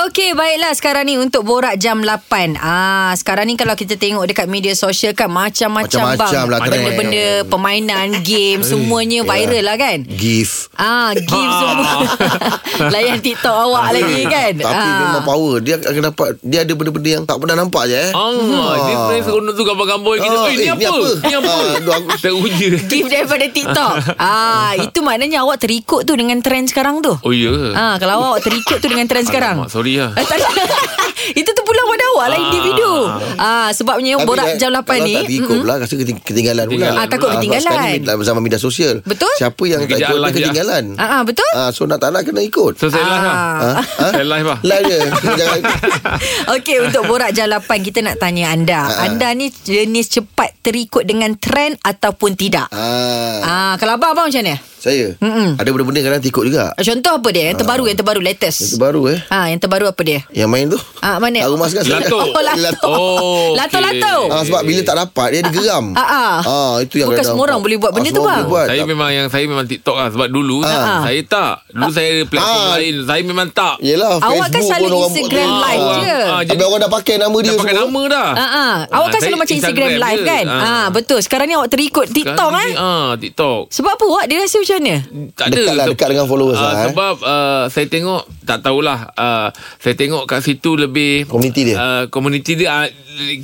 [SPEAKER 1] Okey, baiklah sekarang ni untuk borak jam 8. Ah, sekarang ni kalau kita tengok dekat media sosial kan macam-macam
[SPEAKER 3] Macam-macam
[SPEAKER 1] bang.
[SPEAKER 3] lah, ya. trend.
[SPEAKER 1] Benda-benda permainan, game semuanya viral lah kan.
[SPEAKER 3] Gift
[SPEAKER 1] Ah, give semua. Layan TikTok awak lagi kan.
[SPEAKER 3] Tapi
[SPEAKER 1] ah.
[SPEAKER 3] memang power Dia akan dapat Dia ada benda-benda yang tak pernah nampak je eh
[SPEAKER 2] Allah Dia sebenarnya Hmm. seronok tu gambar-gambar kita
[SPEAKER 3] Ah,
[SPEAKER 2] Eh ni
[SPEAKER 3] eh, ni
[SPEAKER 2] apa
[SPEAKER 3] apa?
[SPEAKER 2] Ni apa
[SPEAKER 3] Ah, aduh, aku-
[SPEAKER 2] Teruja
[SPEAKER 1] Give daripada TikTok. ah, itu maknanya awak terikut tu dengan trend sekarang tu.
[SPEAKER 2] Oh ya
[SPEAKER 1] Ah, kalau awak terikut tu dengan trend sekarang.
[SPEAKER 2] Alamak, Sorry lah
[SPEAKER 1] Eh, tak ada. Itu tu pulang pada awak lah individu. Ah sebabnya
[SPEAKER 3] Tapi
[SPEAKER 1] borak
[SPEAKER 3] dah-
[SPEAKER 1] jam 8 ni.
[SPEAKER 3] Kalau tak ikut pula Rasa keting- ketinggalan pula
[SPEAKER 2] Ketinggalan.
[SPEAKER 1] Ah, takut
[SPEAKER 3] sebab
[SPEAKER 1] ketinggalan.
[SPEAKER 3] sekarang ni med- Zaman media sosial
[SPEAKER 1] Betul.
[SPEAKER 3] Siapa yang tak
[SPEAKER 2] Kejar
[SPEAKER 3] ikut
[SPEAKER 2] lah,
[SPEAKER 3] dia
[SPEAKER 2] kejar.
[SPEAKER 3] ketinggalan
[SPEAKER 1] Ah, ah betul?
[SPEAKER 3] Ah, So nak tak nak kena ikut
[SPEAKER 2] So saya
[SPEAKER 1] Ah.
[SPEAKER 2] live lah
[SPEAKER 3] Ah, ah?
[SPEAKER 2] Saya live lah
[SPEAKER 3] Live je Jangan
[SPEAKER 1] Okey untuk borak jam 8 kita nak tanya anda.
[SPEAKER 3] Ah.
[SPEAKER 1] Anda ni jenis cepat terikut dengan trend ataupun tidak?
[SPEAKER 3] Ah,
[SPEAKER 1] Ah kalau abang abang macam mana?
[SPEAKER 3] Saya
[SPEAKER 1] Mm-mm.
[SPEAKER 3] Ada benda-benda yang kadang ikut juga
[SPEAKER 1] Ah, Contoh apa dia? Yang terbaru, yang terbaru
[SPEAKER 3] Itu
[SPEAKER 1] latest.
[SPEAKER 3] baru eh
[SPEAKER 1] Ah yang terbaru apa dia?
[SPEAKER 3] Yang main tu
[SPEAKER 1] Ah, mana?
[SPEAKER 3] Kat rumah sekarang saya-
[SPEAKER 2] Lato.
[SPEAKER 1] Oh, lato.
[SPEAKER 2] Oh,
[SPEAKER 1] lato,
[SPEAKER 2] okey.
[SPEAKER 1] lato.
[SPEAKER 3] Ah, sebab bila tak dapat Dia digeram
[SPEAKER 1] Ah, ah.
[SPEAKER 3] ah Itu yang kadang-
[SPEAKER 1] Bukan
[SPEAKER 3] Ah,
[SPEAKER 1] semua orang boleh buat benda tu,
[SPEAKER 3] semua
[SPEAKER 1] bang.
[SPEAKER 3] boleh buat.
[SPEAKER 2] Saya
[SPEAKER 3] Tak-
[SPEAKER 2] memang yang Saya memang TikTok lah Sebab dulu Saya tak Dulu saya ada platform
[SPEAKER 3] Ah. Ya,
[SPEAKER 2] lain Saya memang tak
[SPEAKER 3] Yelah
[SPEAKER 1] Awak kan
[SPEAKER 3] Facebook
[SPEAKER 1] selalu
[SPEAKER 3] pun orang buat
[SPEAKER 1] Instagram
[SPEAKER 3] tu.
[SPEAKER 1] live
[SPEAKER 3] Ah.
[SPEAKER 1] je.
[SPEAKER 2] Ah,
[SPEAKER 3] Habis
[SPEAKER 2] jadi-
[SPEAKER 3] orang dah pakai nama dia
[SPEAKER 2] Dah pakai
[SPEAKER 3] semua.
[SPEAKER 2] nama dah
[SPEAKER 1] Ah, ah. Awak kan
[SPEAKER 2] saya
[SPEAKER 1] selalu macam Instagram, live
[SPEAKER 2] je.
[SPEAKER 1] kan? Ah. betul. Sekarang ni awak terikut TikTok
[SPEAKER 2] Sekarang
[SPEAKER 1] eh.
[SPEAKER 2] ni, Ah TikTok
[SPEAKER 1] Sebab apa awak dia rasa macam mana?
[SPEAKER 2] tak ada
[SPEAKER 3] Dekat lah,
[SPEAKER 2] Seb-
[SPEAKER 3] dekat dengan followers
[SPEAKER 2] Ah,
[SPEAKER 3] lah, eh.
[SPEAKER 2] sebab uh, saya tengok tak tahulah uh, saya tengok kat situ lebih
[SPEAKER 3] Komuniti dia?
[SPEAKER 2] uh, komuniti dia uh,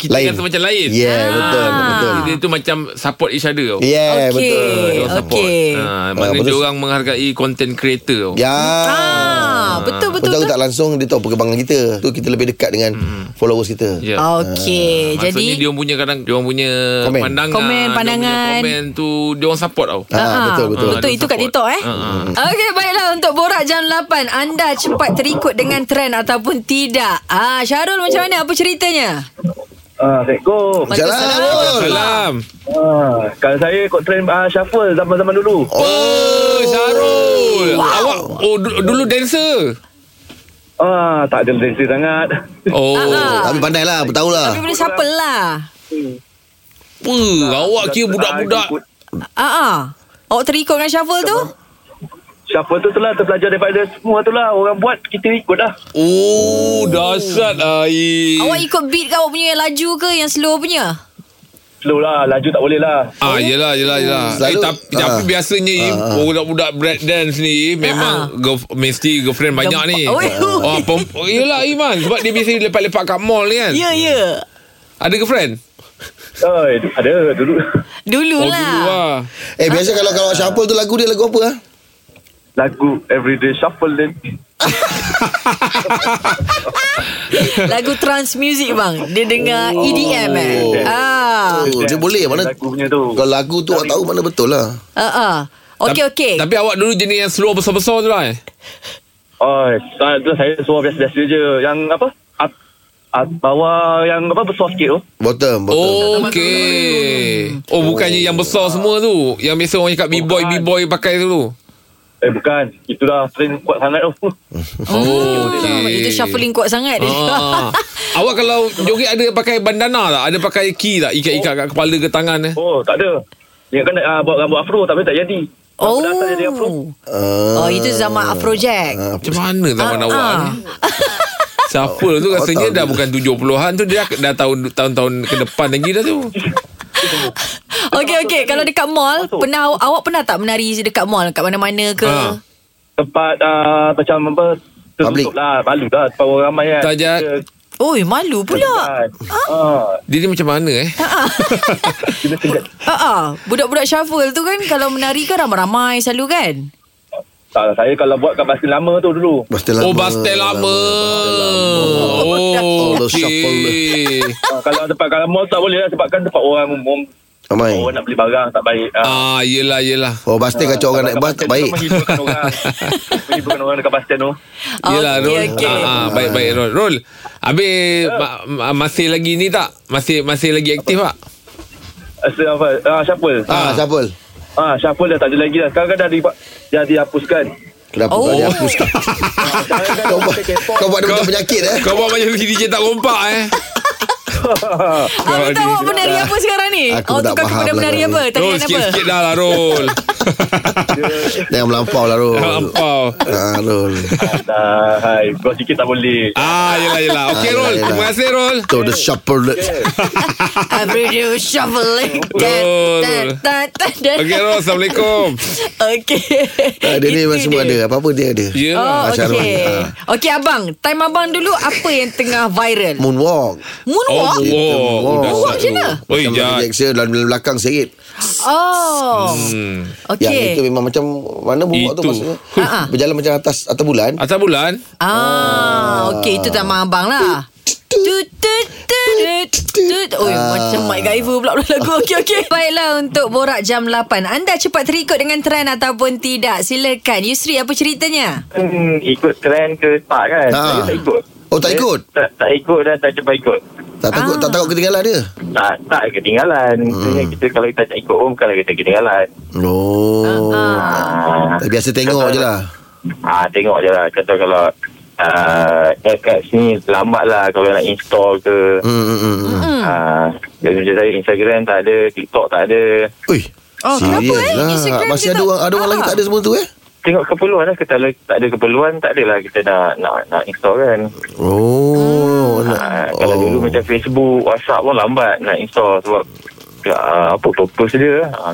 [SPEAKER 2] kita
[SPEAKER 3] Lain.
[SPEAKER 2] kata macam lain
[SPEAKER 3] Yeah,
[SPEAKER 1] Ah.
[SPEAKER 3] betul,
[SPEAKER 1] betul.
[SPEAKER 2] dia tu macam support each other tau.
[SPEAKER 3] Yeah
[SPEAKER 1] Okey.
[SPEAKER 3] betul
[SPEAKER 2] Dia orang support.
[SPEAKER 1] Okey.
[SPEAKER 2] Ah, maknanya
[SPEAKER 3] Ah,
[SPEAKER 2] dia
[SPEAKER 3] betul.
[SPEAKER 2] orang menghargai content creator tau.
[SPEAKER 3] Ya
[SPEAKER 1] Ah, betul betul.
[SPEAKER 3] Betul
[SPEAKER 1] betul.
[SPEAKER 3] tak langsung Dia tahu perkembangan kita Tu kita lebih dekat dengan Followers kita
[SPEAKER 2] Ya.
[SPEAKER 1] Oh, Okey, Eh, jadi
[SPEAKER 2] Maksudnya dia orang punya kadang dia orang punya
[SPEAKER 3] Komen.
[SPEAKER 2] pandangan,
[SPEAKER 1] Komen,
[SPEAKER 2] dia orang punya
[SPEAKER 1] pandangan.
[SPEAKER 2] komen tu dia orang support tau.
[SPEAKER 3] Ah,
[SPEAKER 1] Ah,
[SPEAKER 3] betul betul.
[SPEAKER 1] Betul
[SPEAKER 2] Ada
[SPEAKER 1] itu kat
[SPEAKER 2] support.
[SPEAKER 1] TikTok eh.
[SPEAKER 2] Ah, ah.
[SPEAKER 1] Okey baiklah untuk borak jam 8 anda cepat terikut dengan trend ataupun tidak. Ah Syarul macam mana apa ceritanya?
[SPEAKER 6] Ah, Cikgu.
[SPEAKER 3] Jalan Rul.
[SPEAKER 2] Salam.
[SPEAKER 6] Ah, kalau saya ikut trend ah, shuffle zaman-zaman dulu.
[SPEAKER 2] Oh, Syarul. Awak oh, du- dulu dancer.
[SPEAKER 6] Ah, tak ada lensi sangat.
[SPEAKER 2] Oh.
[SPEAKER 1] Ah,
[SPEAKER 3] Tapi pandai lah Bertahu lah
[SPEAKER 1] Tapi boleh siapa lah.
[SPEAKER 2] Apa? Awak kira budak-budak
[SPEAKER 6] Ah, ikut-
[SPEAKER 1] Ah ah. Awak terikut dengan shuffle tu?
[SPEAKER 6] Shuffle tu tu lah terpelajar daripada semua tu lah. Orang buat, kita ikut lah.
[SPEAKER 2] Oh, dahsyat air.
[SPEAKER 1] Oh. Awak ikut beat ke awak punya yang laju ke yang slow punya?
[SPEAKER 6] Slow lah, laju tak boleh lah.
[SPEAKER 2] Ah, yelah, yelah, yelah.
[SPEAKER 3] Selalu-
[SPEAKER 2] eh, tapi,
[SPEAKER 3] ah.
[SPEAKER 2] tapi biasanya ni, budak-budak break dance ni eh,
[SPEAKER 1] Ah,
[SPEAKER 2] memang girlf- mesti girlfriend banyak ni.
[SPEAKER 1] Oh,
[SPEAKER 2] Oh, pem- oh, yelah Iman. Sebab dia biasa lepak-lepak kat mall ni kan.
[SPEAKER 1] Ya ya.
[SPEAKER 2] Ada girlfriend?
[SPEAKER 6] Oi, ada dulu.
[SPEAKER 2] Oh, dulu
[SPEAKER 1] Dululah.
[SPEAKER 2] lah.
[SPEAKER 3] Eh biasa kalau kalau shuffle tu lagu dia lagu apa ah?
[SPEAKER 6] Lagu Everyday Shuffle dan
[SPEAKER 1] Lagu trance music bang. Dia dengar
[SPEAKER 2] Oh.
[SPEAKER 1] EDM eh.
[SPEAKER 2] E
[SPEAKER 1] Ah.
[SPEAKER 3] Oh, dia boleh mana
[SPEAKER 6] Lagu punya tu.
[SPEAKER 3] kalau lagu tu awak tahu mana betul lah.
[SPEAKER 1] Ah ah. Okey
[SPEAKER 2] Tap-
[SPEAKER 1] okey.
[SPEAKER 2] Tapi awak dulu jenis yang slow besar-besar tu lah eh?
[SPEAKER 6] Oi, saya tu saya suara biasa-biasa je. Yang apa? At, at, bawah Ah, yang apa besar sikit tu.
[SPEAKER 3] Bottom, bottom.
[SPEAKER 2] Oh, okey. Oh, bukannya yang besar semua tu. Yang biasa orang cakap b-boy,
[SPEAKER 6] Bukan.
[SPEAKER 2] b-boy pakai tu.
[SPEAKER 6] Eh bukan, itulah trend kuat sangat tu.
[SPEAKER 2] Oh, okey.
[SPEAKER 1] Itu shuffling kuat sangat dia.
[SPEAKER 2] Ah. Awak kalau joget ada pakai bandana tak? Ada pakai key tak? Ikat-ikat kat kepala ke tangan eh?
[SPEAKER 6] Oh, tak ada. Dia kan nak ah, buat rambut afro tapi tak jadi.
[SPEAKER 1] Oh.
[SPEAKER 6] Rambut atas jadi afro.
[SPEAKER 3] Ah.
[SPEAKER 1] Oh, itu zaman Afrojack.
[SPEAKER 2] Macam mana zaman
[SPEAKER 1] Ah,
[SPEAKER 2] awak
[SPEAKER 1] ah.
[SPEAKER 2] ni? Siapa tu rasanya
[SPEAKER 3] tahu
[SPEAKER 2] dah
[SPEAKER 3] dia.
[SPEAKER 2] bukan 70-an tu Dia dah tahun, tahun-tahun ke depan lagi dah tu
[SPEAKER 1] Okey okey, kalau dekat mall,
[SPEAKER 6] Masuk.
[SPEAKER 1] pernah awak, awak pernah tak menari dekat mall kat mana-mana ke?
[SPEAKER 2] Ha.
[SPEAKER 6] Tempat ah, macam apa
[SPEAKER 3] Public.
[SPEAKER 6] tertutup lah, malu lah tempat orang ramai kan.
[SPEAKER 2] Tajat.
[SPEAKER 6] Kita-
[SPEAKER 1] Oi, malu pula.
[SPEAKER 6] Kan. Ah,
[SPEAKER 2] Dia ni macam mana eh
[SPEAKER 6] kita segat.
[SPEAKER 1] Ha ah, budak-budak shuffle tu kan kalau menari kan ramai-ramai selalu kan?
[SPEAKER 6] Tak, lah, saya kalau buat kat pasir lama tu dulu.
[SPEAKER 3] Bastel lama.
[SPEAKER 2] Oh bastel lama
[SPEAKER 3] lama.
[SPEAKER 2] Oh
[SPEAKER 3] Allah, shuffle
[SPEAKER 2] okey.
[SPEAKER 6] Ah, kalau tempat kalau mall tak boleh lah sebab kan tempat orang umum.
[SPEAKER 3] Amai.
[SPEAKER 6] Orang nak beli barang tak baik. Ah,
[SPEAKER 2] Ah, yelah, yelah.
[SPEAKER 3] Oh, pasti kacau orang naik
[SPEAKER 6] kat
[SPEAKER 3] bas
[SPEAKER 6] bus stand
[SPEAKER 3] tak
[SPEAKER 6] tu
[SPEAKER 3] baik.
[SPEAKER 6] Menghiburkan orang. Menghiburkan orang dekat bus stand tu.
[SPEAKER 2] Yelah,
[SPEAKER 1] Okey,
[SPEAKER 2] Rol.
[SPEAKER 1] okey.
[SPEAKER 2] Ah, ah, baik, baik, Rol. Rol, habis ma- ma- masih lagi ni tak? Masih masih lagi aktif tak?
[SPEAKER 6] Asal apa? Ah, shuffle.
[SPEAKER 3] Ah, siapa?
[SPEAKER 6] Ah, shuffle dah tak ada lagi dah. Sekarang kan dah, di, dah dihapuskan.
[SPEAKER 3] Kenapa
[SPEAKER 1] Oh.
[SPEAKER 3] kau dia hapus kau? Kau buat kau buat dia macam penyakit eh.
[SPEAKER 2] Kau buat macam DJ tak kompak eh.
[SPEAKER 1] Abang tak awak menari apa sekarang ni?
[SPEAKER 3] Aku
[SPEAKER 1] oh,
[SPEAKER 3] tak
[SPEAKER 1] tukar
[SPEAKER 3] faham
[SPEAKER 1] kepada
[SPEAKER 3] lah
[SPEAKER 1] menari
[SPEAKER 3] kau
[SPEAKER 1] apa?
[SPEAKER 3] ni.
[SPEAKER 1] Tarian
[SPEAKER 2] Rol,
[SPEAKER 1] apa?
[SPEAKER 2] sikit-sikit dah lah, Rol.
[SPEAKER 3] Jangan melampau lah Rul.
[SPEAKER 2] Lampau.
[SPEAKER 3] Ah, Rul.
[SPEAKER 6] Dah, hai. Kau sikit tak boleh.
[SPEAKER 2] Ah, yelah, yelah. Okey,
[SPEAKER 3] Ah,
[SPEAKER 2] Rol.
[SPEAKER 3] yelah,
[SPEAKER 2] Terima
[SPEAKER 3] yelah.
[SPEAKER 2] kasih, Rol.
[SPEAKER 3] To the shopper.
[SPEAKER 1] Every day shuffling.
[SPEAKER 2] Rol. Okey, Rol. Assalamualaikum.
[SPEAKER 1] Okay.
[SPEAKER 3] Ah, Dia ni
[SPEAKER 1] Itu
[SPEAKER 3] memang semua ada. Apa-apa dia ada.
[SPEAKER 2] Ya.
[SPEAKER 1] Oh,
[SPEAKER 3] Ah, Syarul.
[SPEAKER 1] okey. Okey, abang. Time abang dulu apa yang tengah viral?
[SPEAKER 3] Moonwalk.
[SPEAKER 2] Oh,
[SPEAKER 1] Moonwalk?
[SPEAKER 2] wow.
[SPEAKER 3] Moonwalk.
[SPEAKER 1] Moonwalk macam mana?
[SPEAKER 2] Oi,
[SPEAKER 3] Macam Michael
[SPEAKER 2] Jack.
[SPEAKER 3] Jackson dalam belakang serit.
[SPEAKER 1] Oh.
[SPEAKER 2] Hmm.
[SPEAKER 3] Yang Ya, itu
[SPEAKER 1] Okey.
[SPEAKER 3] memang macam mana buat tu
[SPEAKER 2] Itu.
[SPEAKER 3] maksudnya.
[SPEAKER 1] Ah, ah.
[SPEAKER 3] Berjalan macam atas atas bulan.
[SPEAKER 2] Atas bulan?
[SPEAKER 1] Ah, okey itu zaman abang lah. Tut, tut, tut, tut, tut. Oi,
[SPEAKER 3] Ah.
[SPEAKER 1] macam Mike Gaiver pula pula lagu. Okey, okey. Baiklah untuk borak jam 8. Anda cepat terikut dengan trend ataupun tidak? Silakan. Yusri, apa ceritanya?
[SPEAKER 6] Hmm, ikut trend ke tak kan?
[SPEAKER 3] Ha.
[SPEAKER 6] Saya tak ikut.
[SPEAKER 3] Oh, tak
[SPEAKER 6] Saya
[SPEAKER 3] ikut?
[SPEAKER 6] Tak, tak ikut dah, tak cuba ikut.
[SPEAKER 3] Tak takut
[SPEAKER 1] Ah.
[SPEAKER 3] tak takut ketinggalan dia.
[SPEAKER 6] Tak, tak ketinggalan.
[SPEAKER 3] Hmm.
[SPEAKER 6] Maksudnya kita kalau kita tak ikut orang, kalau kita ketinggalan.
[SPEAKER 3] Oh.
[SPEAKER 6] Ah,
[SPEAKER 3] Tak biasa tengok je lah.
[SPEAKER 6] ah tengok je lah. Contoh kalau uh, dekat sini lambat lah kalau nak install ke.
[SPEAKER 3] Hmm, hmm, hmm. hmm.
[SPEAKER 6] Hmm. Ah, jadi macam saya Instagram tak ada, TikTok tak ada.
[SPEAKER 3] Ui.
[SPEAKER 1] Oh, kenapa,
[SPEAKER 3] serius
[SPEAKER 1] eh? Instagram
[SPEAKER 3] Masih
[SPEAKER 1] dia
[SPEAKER 3] ada
[SPEAKER 1] tak-
[SPEAKER 3] orang ada orang
[SPEAKER 1] Ah.
[SPEAKER 3] lagi tak ada semua tu eh?
[SPEAKER 6] Tengok keperluan lah. Kita, kalau tak ada keperluan, tak adalah kita nak nak, nak install kan.
[SPEAKER 3] Oh.
[SPEAKER 6] Ah,
[SPEAKER 3] nak-
[SPEAKER 6] kalau
[SPEAKER 3] oh.
[SPEAKER 6] dulu macam Facebook, WhatsApp pun lambat nak install sebab ah, apa purpose dia. Ah,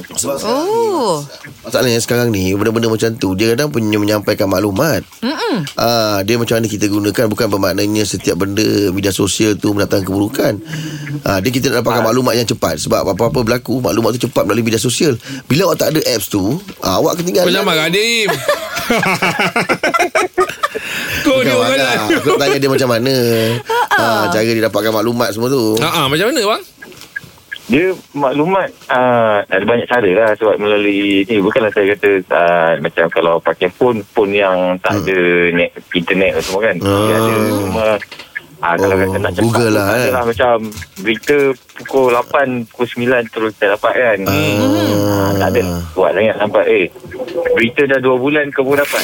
[SPEAKER 1] Oh.
[SPEAKER 3] Masalahnya sekarang ni Benda-benda macam tu Dia kadang punya menyampaikan maklumat
[SPEAKER 1] Hmm.
[SPEAKER 3] Mm-mm. Ah, Dia macam mana kita gunakan Bukan bermaknanya Setiap benda Media sosial tu Mendatangkan keburukan ah, Dia kita nak dapatkan maklumat yang cepat Sebab apa-apa berlaku Maklumat tu cepat Melalui media sosial Bila awak tak ada apps tu ah, Awak
[SPEAKER 2] Kau
[SPEAKER 3] ketinggalan
[SPEAKER 2] jangan marah dia Im Kau
[SPEAKER 3] Bukan
[SPEAKER 2] ni orang lah.
[SPEAKER 3] marah.
[SPEAKER 2] lain
[SPEAKER 3] Aku nak tanya dia macam mana ah, Cara dia dapatkan maklumat semua tu
[SPEAKER 2] Ha macam mana bang?
[SPEAKER 6] Dia maklumat uh, ada banyak cara lah sebab melalui ni bukanlah saya kata uh, macam kalau pakai phone phone yang tak ada net internet apa semua kan.
[SPEAKER 3] Ah.
[SPEAKER 6] Dia ada cuma Ah, kalau
[SPEAKER 3] Oh,
[SPEAKER 6] kata nak cepat
[SPEAKER 3] Google lah,
[SPEAKER 6] tak
[SPEAKER 3] eh.
[SPEAKER 6] adalah macam berita pukul 8 pukul 9 terus dah dapat kan ah, tak ada buat sangat sampai eh berita dah 2 bulan ke Ah, pun dapat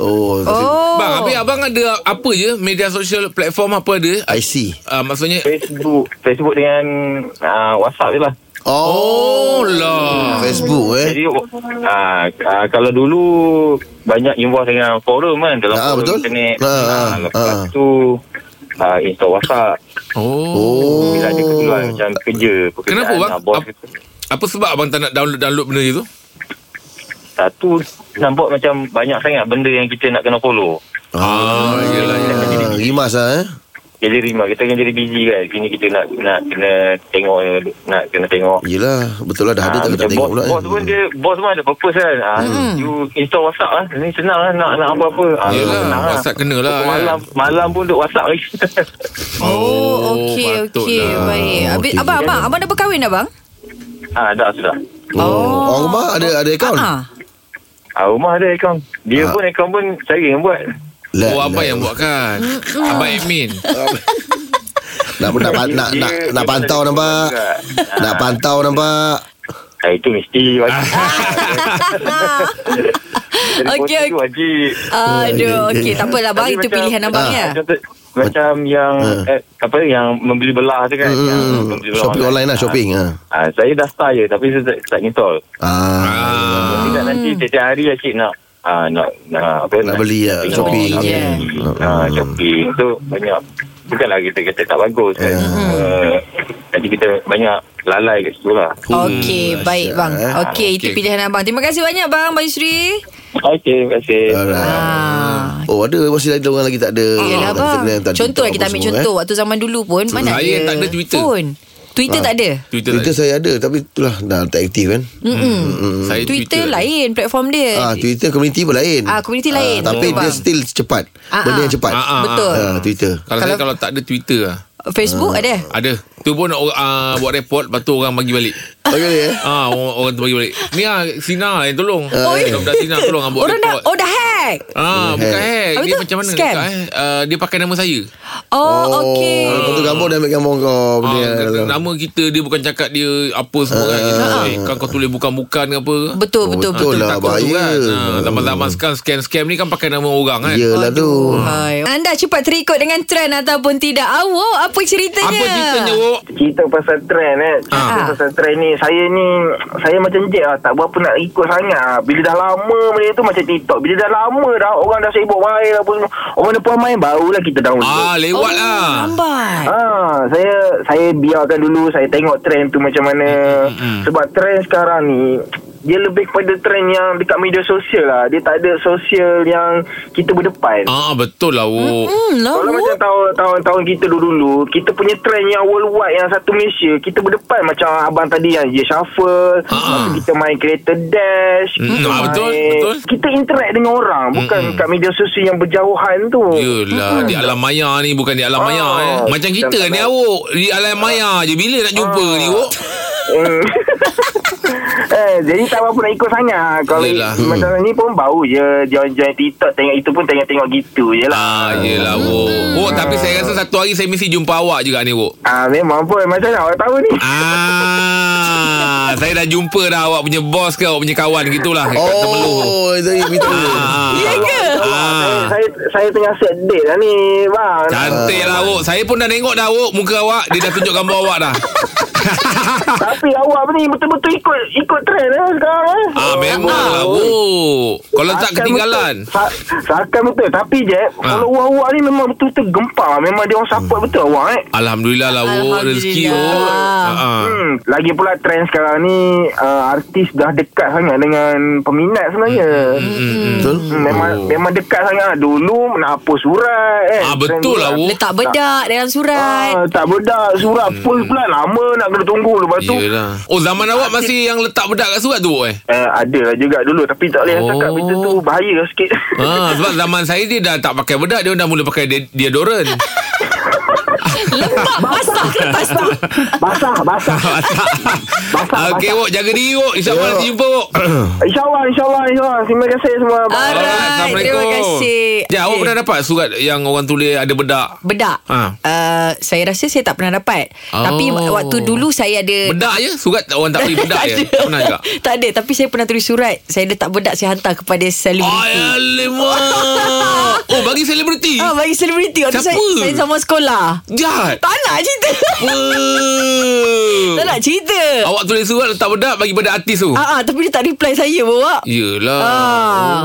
[SPEAKER 3] Oh, oh.
[SPEAKER 1] Oh.
[SPEAKER 2] Bang habis abang ada apa je Media sosial platform apa ada
[SPEAKER 3] I see
[SPEAKER 2] Ah, Maksudnya
[SPEAKER 6] Facebook Facebook dengan uh, WhatsApp je lah
[SPEAKER 3] Oh,
[SPEAKER 2] Oh lah
[SPEAKER 3] Facebook eh
[SPEAKER 6] Jadi uh, uh, kalau dulu banyak involve dengan forum kan dalam
[SPEAKER 3] Ah,
[SPEAKER 6] forum
[SPEAKER 3] betul.
[SPEAKER 6] internet.
[SPEAKER 3] Ah, ah,
[SPEAKER 6] Ah, lepas
[SPEAKER 3] ah.
[SPEAKER 6] tu uh, install WhatsApp
[SPEAKER 2] Oh
[SPEAKER 3] Oh
[SPEAKER 6] bila ada keperluan macam kerja pekerjaan.
[SPEAKER 2] Kenapa, bang?
[SPEAKER 6] ah, Bos,
[SPEAKER 2] Ap- Apa sebab abang tak nak download-download benda itu?
[SPEAKER 6] satu nampak macam banyak sangat benda yang kita nak kena follow.
[SPEAKER 2] Ah, yelah, yelah.
[SPEAKER 3] Ah, Rimas lah eh
[SPEAKER 6] Jadi rimah kita kan jadi busy kan. Sini kita nak nak kena tengok nak kena tengok
[SPEAKER 3] Yelah Betul lah dah
[SPEAKER 6] Ah,
[SPEAKER 3] ada Tapi tak
[SPEAKER 6] macam
[SPEAKER 3] tengok
[SPEAKER 6] bos,
[SPEAKER 3] pula
[SPEAKER 6] bos pun dia Bos pun ada purpose kan ah, You install whatsapp lah Ni senang lah Nak, nak apa-apa ah,
[SPEAKER 2] Yelah,
[SPEAKER 6] senang
[SPEAKER 2] WhatsApp kena lah,
[SPEAKER 6] Pukul
[SPEAKER 2] kan.
[SPEAKER 6] Malam, malam pun duk whatsapp lagi
[SPEAKER 1] Oh, okey, okey.
[SPEAKER 2] patutlah.
[SPEAKER 1] Baik. Habis
[SPEAKER 3] Okey.
[SPEAKER 1] abang, abang, abang dah berkahwin dah, bang?
[SPEAKER 6] ah, Dah sudah
[SPEAKER 3] Oh Orang rumah ada ada akaun
[SPEAKER 1] Ah.
[SPEAKER 6] ah, Rumah ada account Dia
[SPEAKER 3] Ah.
[SPEAKER 6] pun account pun Saya yang buat
[SPEAKER 3] Lah,
[SPEAKER 2] Oh abang
[SPEAKER 3] lah.
[SPEAKER 2] yang buatkan Abang admin
[SPEAKER 3] Nak nak nak nak, nak, nak pantau nampak Nak pantau nampak
[SPEAKER 6] ah, Itu mesti wajib Jadi bos
[SPEAKER 1] Okey,
[SPEAKER 6] tu Wajib
[SPEAKER 1] Aduh, okey. Tak apalah, bang.
[SPEAKER 6] Tapi
[SPEAKER 1] Itu
[SPEAKER 6] macam-
[SPEAKER 1] pilihan abang
[SPEAKER 6] ah,
[SPEAKER 1] ya.
[SPEAKER 6] macam tu- Macam yang eh, Apa Yang membeli belah tu kan yang
[SPEAKER 3] Ah. hmm,
[SPEAKER 6] membeli belah kan.
[SPEAKER 3] Shopping online lah Shopping ah.
[SPEAKER 6] Ah, saya dah start je Tapi saya tak, tak install
[SPEAKER 3] Ah,
[SPEAKER 2] ah.
[SPEAKER 6] Tidak nanti setiap hari asyik nak ah, nak, nak, apa,
[SPEAKER 3] Nak beli lah,
[SPEAKER 6] tengok,
[SPEAKER 3] shopping. Hmm.
[SPEAKER 6] nak
[SPEAKER 1] Yeah.
[SPEAKER 6] beli. Ah, shopping tu banyak bukanlah kita kata tak bagus kan
[SPEAKER 3] Hmm.
[SPEAKER 6] uh, jadi kita banyak lalai kat situ lah
[SPEAKER 1] Okey, baik bang.
[SPEAKER 3] eh.
[SPEAKER 1] Okey, itu
[SPEAKER 2] Okey.
[SPEAKER 1] pilihan abang. Terima kasih banyak bang, Bang Yusri.
[SPEAKER 6] Okay, terima kasih
[SPEAKER 3] Alright
[SPEAKER 1] Ah.
[SPEAKER 3] Oh ada masih ada orang lagi tak ada
[SPEAKER 1] Yelah
[SPEAKER 3] Tak ada
[SPEAKER 1] bang
[SPEAKER 3] Instagram, tak ada
[SPEAKER 1] Contoh lah
[SPEAKER 3] TikTok
[SPEAKER 1] kita
[SPEAKER 3] apa
[SPEAKER 1] ambil
[SPEAKER 3] semua, eh?
[SPEAKER 1] contoh Waktu zaman dulu pun Mana
[SPEAKER 2] Saya
[SPEAKER 1] ada
[SPEAKER 2] tak ada Twitter.
[SPEAKER 1] phone. Twitter tak ada
[SPEAKER 3] eh.
[SPEAKER 2] Twitter,
[SPEAKER 3] Twitter
[SPEAKER 2] Twitter,
[SPEAKER 3] saya ada Tapi itulah Dah tak aktif kan
[SPEAKER 2] saya
[SPEAKER 1] Twitter, lain platform dia
[SPEAKER 3] ah, Twitter community pun lain
[SPEAKER 1] Ah, community lain.
[SPEAKER 3] Tapi
[SPEAKER 1] Betul,
[SPEAKER 3] dia
[SPEAKER 1] bang.
[SPEAKER 3] still cepat
[SPEAKER 1] Ah,
[SPEAKER 3] Benda
[SPEAKER 1] ah.
[SPEAKER 3] yang cepat
[SPEAKER 2] Ah, ah,
[SPEAKER 1] Betul
[SPEAKER 3] Ah, Twitter
[SPEAKER 2] Kalau, saya kalau tak ada Twitter lah
[SPEAKER 1] Facebook ada?
[SPEAKER 2] Ada. Tu pun uh, buat report lepas tu orang bagi balik.
[SPEAKER 3] Okey eh.
[SPEAKER 2] Ah, orang, orang tu bagi balik. Ni ah Sina yang tolong. Oh,
[SPEAKER 1] ya
[SPEAKER 2] Budak Sina tolong ah, buat
[SPEAKER 1] Orang dah,
[SPEAKER 2] report.
[SPEAKER 1] oh dah hack.
[SPEAKER 2] Ah, bukan hack.
[SPEAKER 1] Habis
[SPEAKER 2] Dia
[SPEAKER 1] tu,
[SPEAKER 2] macam mana?
[SPEAKER 1] scam?
[SPEAKER 2] Bukan, eh? Ah, dia pakai nama saya.
[SPEAKER 1] Oh, okey.
[SPEAKER 3] Lepas tu gambar dia ambil gambar kau
[SPEAKER 2] Ah,
[SPEAKER 3] punya.
[SPEAKER 2] nama kita dia bukan cakap dia apa semua kan. Ah, kan kau tulis bukan-bukan ke apa.
[SPEAKER 1] Betul,
[SPEAKER 3] Oh,
[SPEAKER 1] betul,
[SPEAKER 3] betul
[SPEAKER 1] betul.
[SPEAKER 3] lah.
[SPEAKER 2] Takut
[SPEAKER 3] bahaya.
[SPEAKER 2] tu kan. Ah, Zaman-zaman sekarang scam-scam ni kan pakai nama orang kan.
[SPEAKER 3] Yelah tu.
[SPEAKER 1] Hai. Anda cepat terikut dengan trend ataupun tidak? Awak, apa ceritanya?
[SPEAKER 2] Apa ceritanya, Wok?
[SPEAKER 8] Cerita pasal trend eh Cerita
[SPEAKER 1] Ah.
[SPEAKER 8] pasal trend ni Saya ni Saya macam Jack lah Tak berapa nak ikut sangat lah. Bila dah lama benda tu Macam TikTok Bila dah lama dah Orang dah sibuk main apa semua Orang depan main Barulah kita download
[SPEAKER 2] Ah, lewat lah.
[SPEAKER 1] Oh, Lambat.
[SPEAKER 6] Ha?
[SPEAKER 8] Ah, saya saya biarkan dulu saya tengok trend tu macam mana. Sebab trend sekarang ni dia lebih kepada trend yang dekat media sosial lah. Dia tak ada sosial yang kita berdepan.
[SPEAKER 2] Ah, betul lah, Wok.
[SPEAKER 1] Hmm, lah,
[SPEAKER 8] Kalau
[SPEAKER 1] Wok.
[SPEAKER 8] macam tahun, tahun-tahun kita dulu-dulu Kita punya trend yang worldwide Yang satu Malaysia Kita berdepan Macam abang tadi Yang dia shuffle
[SPEAKER 2] Ah.
[SPEAKER 8] uh Kita main kereta dash
[SPEAKER 2] Mm,
[SPEAKER 8] kita
[SPEAKER 2] ah,
[SPEAKER 8] main-
[SPEAKER 2] betul, betul.
[SPEAKER 8] Kita interact dengan orang Bukan
[SPEAKER 2] Mm-mm.
[SPEAKER 8] kat media sosial Yang berjauhan tu
[SPEAKER 2] Yelah Di alam maya ni Bukan di alam
[SPEAKER 8] Ah,
[SPEAKER 2] maya eh. Macam
[SPEAKER 8] kita
[SPEAKER 2] kita
[SPEAKER 8] tak
[SPEAKER 2] ni
[SPEAKER 8] nak-
[SPEAKER 2] awak Di alam maya je Bila nak jumpa ni awak
[SPEAKER 8] Hmm. eh, jadi tak apa nak ikut sangat Kalau
[SPEAKER 2] Yelah.
[SPEAKER 8] macam ni pun bau je Join-join TikTok Tengok itu pun tengok-tengok gitu je
[SPEAKER 2] Ah,
[SPEAKER 8] lah
[SPEAKER 2] yelah awak Wok tapi saya rasa Satu hari saya mesti jumpa awak juga ni Wok
[SPEAKER 8] ah, Memang pun Macam mana awak tahu ni
[SPEAKER 2] Ah, saya dah jumpa dah awak punya bos ke awak punya kawan gitulah kat Temeluh.
[SPEAKER 3] Oh, itu itu.
[SPEAKER 2] Ah,
[SPEAKER 1] Ya ke?
[SPEAKER 2] ah.
[SPEAKER 8] saya, saya tengah set date lah ni Bang
[SPEAKER 2] Cantik lah Wok. Saya pun dah tengok dah Wok muka awak. Dia dah tunjuk gambar awak dah. Ah.
[SPEAKER 8] Tapi awak ni betul-betul ikut ikut trend eh sekarang eh.
[SPEAKER 2] Ah, memang lah Wok. Kalau tak
[SPEAKER 8] Seakan
[SPEAKER 2] ketinggalan.
[SPEAKER 8] betul. Sa- Seakan betul Tapi je
[SPEAKER 2] Ah.
[SPEAKER 8] Kalau awak ni memang betul-betul gempar Memang dia orang support
[SPEAKER 2] Hmm.
[SPEAKER 8] betul awak eh
[SPEAKER 2] Alhamdulillah lah Wok. Rezeki Wok.
[SPEAKER 1] Alhamdulillah.
[SPEAKER 2] Ah, ah.
[SPEAKER 8] Hmm, lagi pula trend sekarang ni uh, artis dah dekat sangat dengan peminat sebenarnya.
[SPEAKER 2] Hmm.
[SPEAKER 3] Betul.
[SPEAKER 8] Hmm, memang
[SPEAKER 2] Oh.
[SPEAKER 8] memang dekat sangat. Dulu nak hapus surat eh.
[SPEAKER 2] Ah,
[SPEAKER 8] Trend
[SPEAKER 2] betul lah
[SPEAKER 8] surat.
[SPEAKER 2] Wok.
[SPEAKER 1] Letak bedak dalam surat.
[SPEAKER 8] Ah, tak bedak surat hmm. post pula lama nak kena tunggu lepas tu.
[SPEAKER 2] Yelah. Oh zaman awak masih yang letak bedak kat surat tu Wok eh?
[SPEAKER 8] Eh, ada lah juga dulu tapi tak boleh oh. cakap
[SPEAKER 2] Oh.
[SPEAKER 8] benda tu bahaya sikit.
[SPEAKER 2] Ah, sebab zaman saya dia dah tak pakai bedak. Dia dah mula pakai de- deodorant.
[SPEAKER 1] Lepak basah kertas tu.
[SPEAKER 8] basah, basah. basah,
[SPEAKER 2] Ah, Okey
[SPEAKER 8] basah.
[SPEAKER 2] Wok. Jaga diri Wok. InsyaAllah nanti jumpa Wok.
[SPEAKER 8] InsyaAllah, insyaAllah, insyaAllah. Terima kasih semua.
[SPEAKER 1] Alright, terima kasih.
[SPEAKER 2] Ya, awak
[SPEAKER 1] Okey.
[SPEAKER 2] pernah dapat surat yang orang tulis ada bedak?
[SPEAKER 1] Bedak.
[SPEAKER 2] Ah.
[SPEAKER 1] Uh, saya rasa saya tak pernah dapat.
[SPEAKER 2] Oh.
[SPEAKER 1] Tapi waktu dulu saya ada
[SPEAKER 2] Bedak je? Surat orang tak beri bedak je? Tak pernah juga?
[SPEAKER 1] tak ada Tapi saya pernah tulis surat Saya letak bedak Saya hantar kepada selebriti
[SPEAKER 2] Alamak Oh bagi selebriti
[SPEAKER 1] Ah, bagi selebriti Waktu saya,
[SPEAKER 2] Siapa?
[SPEAKER 1] saya sama sekolah
[SPEAKER 2] Jahat
[SPEAKER 1] Tak nak cerita
[SPEAKER 2] Apa
[SPEAKER 1] Tak nak cerita
[SPEAKER 2] Awak tulis surat letak bedak Bagi pada artis tu
[SPEAKER 1] Ah, ah, Tapi dia tak reply saya bawa
[SPEAKER 2] Ya. Yelah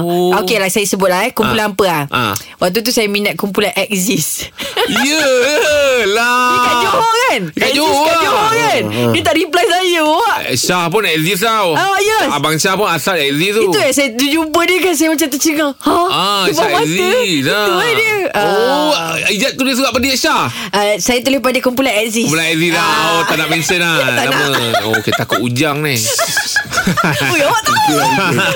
[SPEAKER 2] Oh.
[SPEAKER 1] Ah. Okey lah saya sebut lah eh Kumpulan
[SPEAKER 2] Ah.
[SPEAKER 1] apa lah
[SPEAKER 2] Ah. Ya.
[SPEAKER 1] Waktu tu saya minat kumpulan Exist
[SPEAKER 2] Yelah
[SPEAKER 1] Kat Johor kan
[SPEAKER 2] Kat
[SPEAKER 1] Exist
[SPEAKER 2] Johor
[SPEAKER 1] Kat
[SPEAKER 2] lah.
[SPEAKER 1] Johor kan Dia tak reply saya bawa
[SPEAKER 2] Eh, Syah pun exist tau
[SPEAKER 1] Ah, yes.
[SPEAKER 2] Abang Syah pun asal exist tu
[SPEAKER 1] Itu eh saya jumpa dia kan Saya macam tercengang Ha?
[SPEAKER 2] Ah,
[SPEAKER 1] Sebab
[SPEAKER 2] Syah
[SPEAKER 1] mata
[SPEAKER 2] exist
[SPEAKER 1] Itu
[SPEAKER 2] ah.
[SPEAKER 1] eh dia
[SPEAKER 2] Oh
[SPEAKER 1] Ah.
[SPEAKER 2] Ijat tulis surat pada Syah
[SPEAKER 1] Uh, saya tulis pada kumpulan Aziz.
[SPEAKER 2] Kumpulan Aziz lah
[SPEAKER 1] Ah.
[SPEAKER 2] Oh tak nak mention lah
[SPEAKER 1] Tak
[SPEAKER 2] Nama Oh okay, takut Ujang ni
[SPEAKER 1] Ui, awak tahu.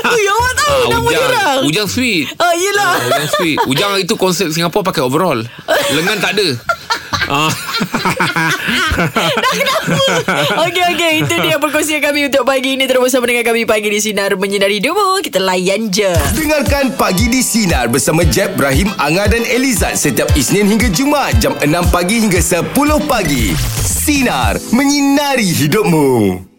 [SPEAKER 1] Ui, awak tahu
[SPEAKER 2] Ah,
[SPEAKER 1] nama dia
[SPEAKER 2] Ujang
[SPEAKER 1] orang.
[SPEAKER 2] Ujang sweet
[SPEAKER 1] Oh, yelah.
[SPEAKER 2] Ah, Ujang sweet Ujang hari tu konsep Singapura pakai overall Lengan tak ada Ah.
[SPEAKER 1] Okey, okey. Itu dia perkongsian kami untuk pagi ini. Terus bersama dengan kami pagi di Sinar Menyinari Demo. Kita layan je.
[SPEAKER 9] Dengarkan Pagi di Sinar bersama Jeb, Ibrahim, Anga dan Elizad setiap Isnin hingga Jumaat jam 6 pagi hingga 10 pagi. Sinar. Menyinari hidupmu.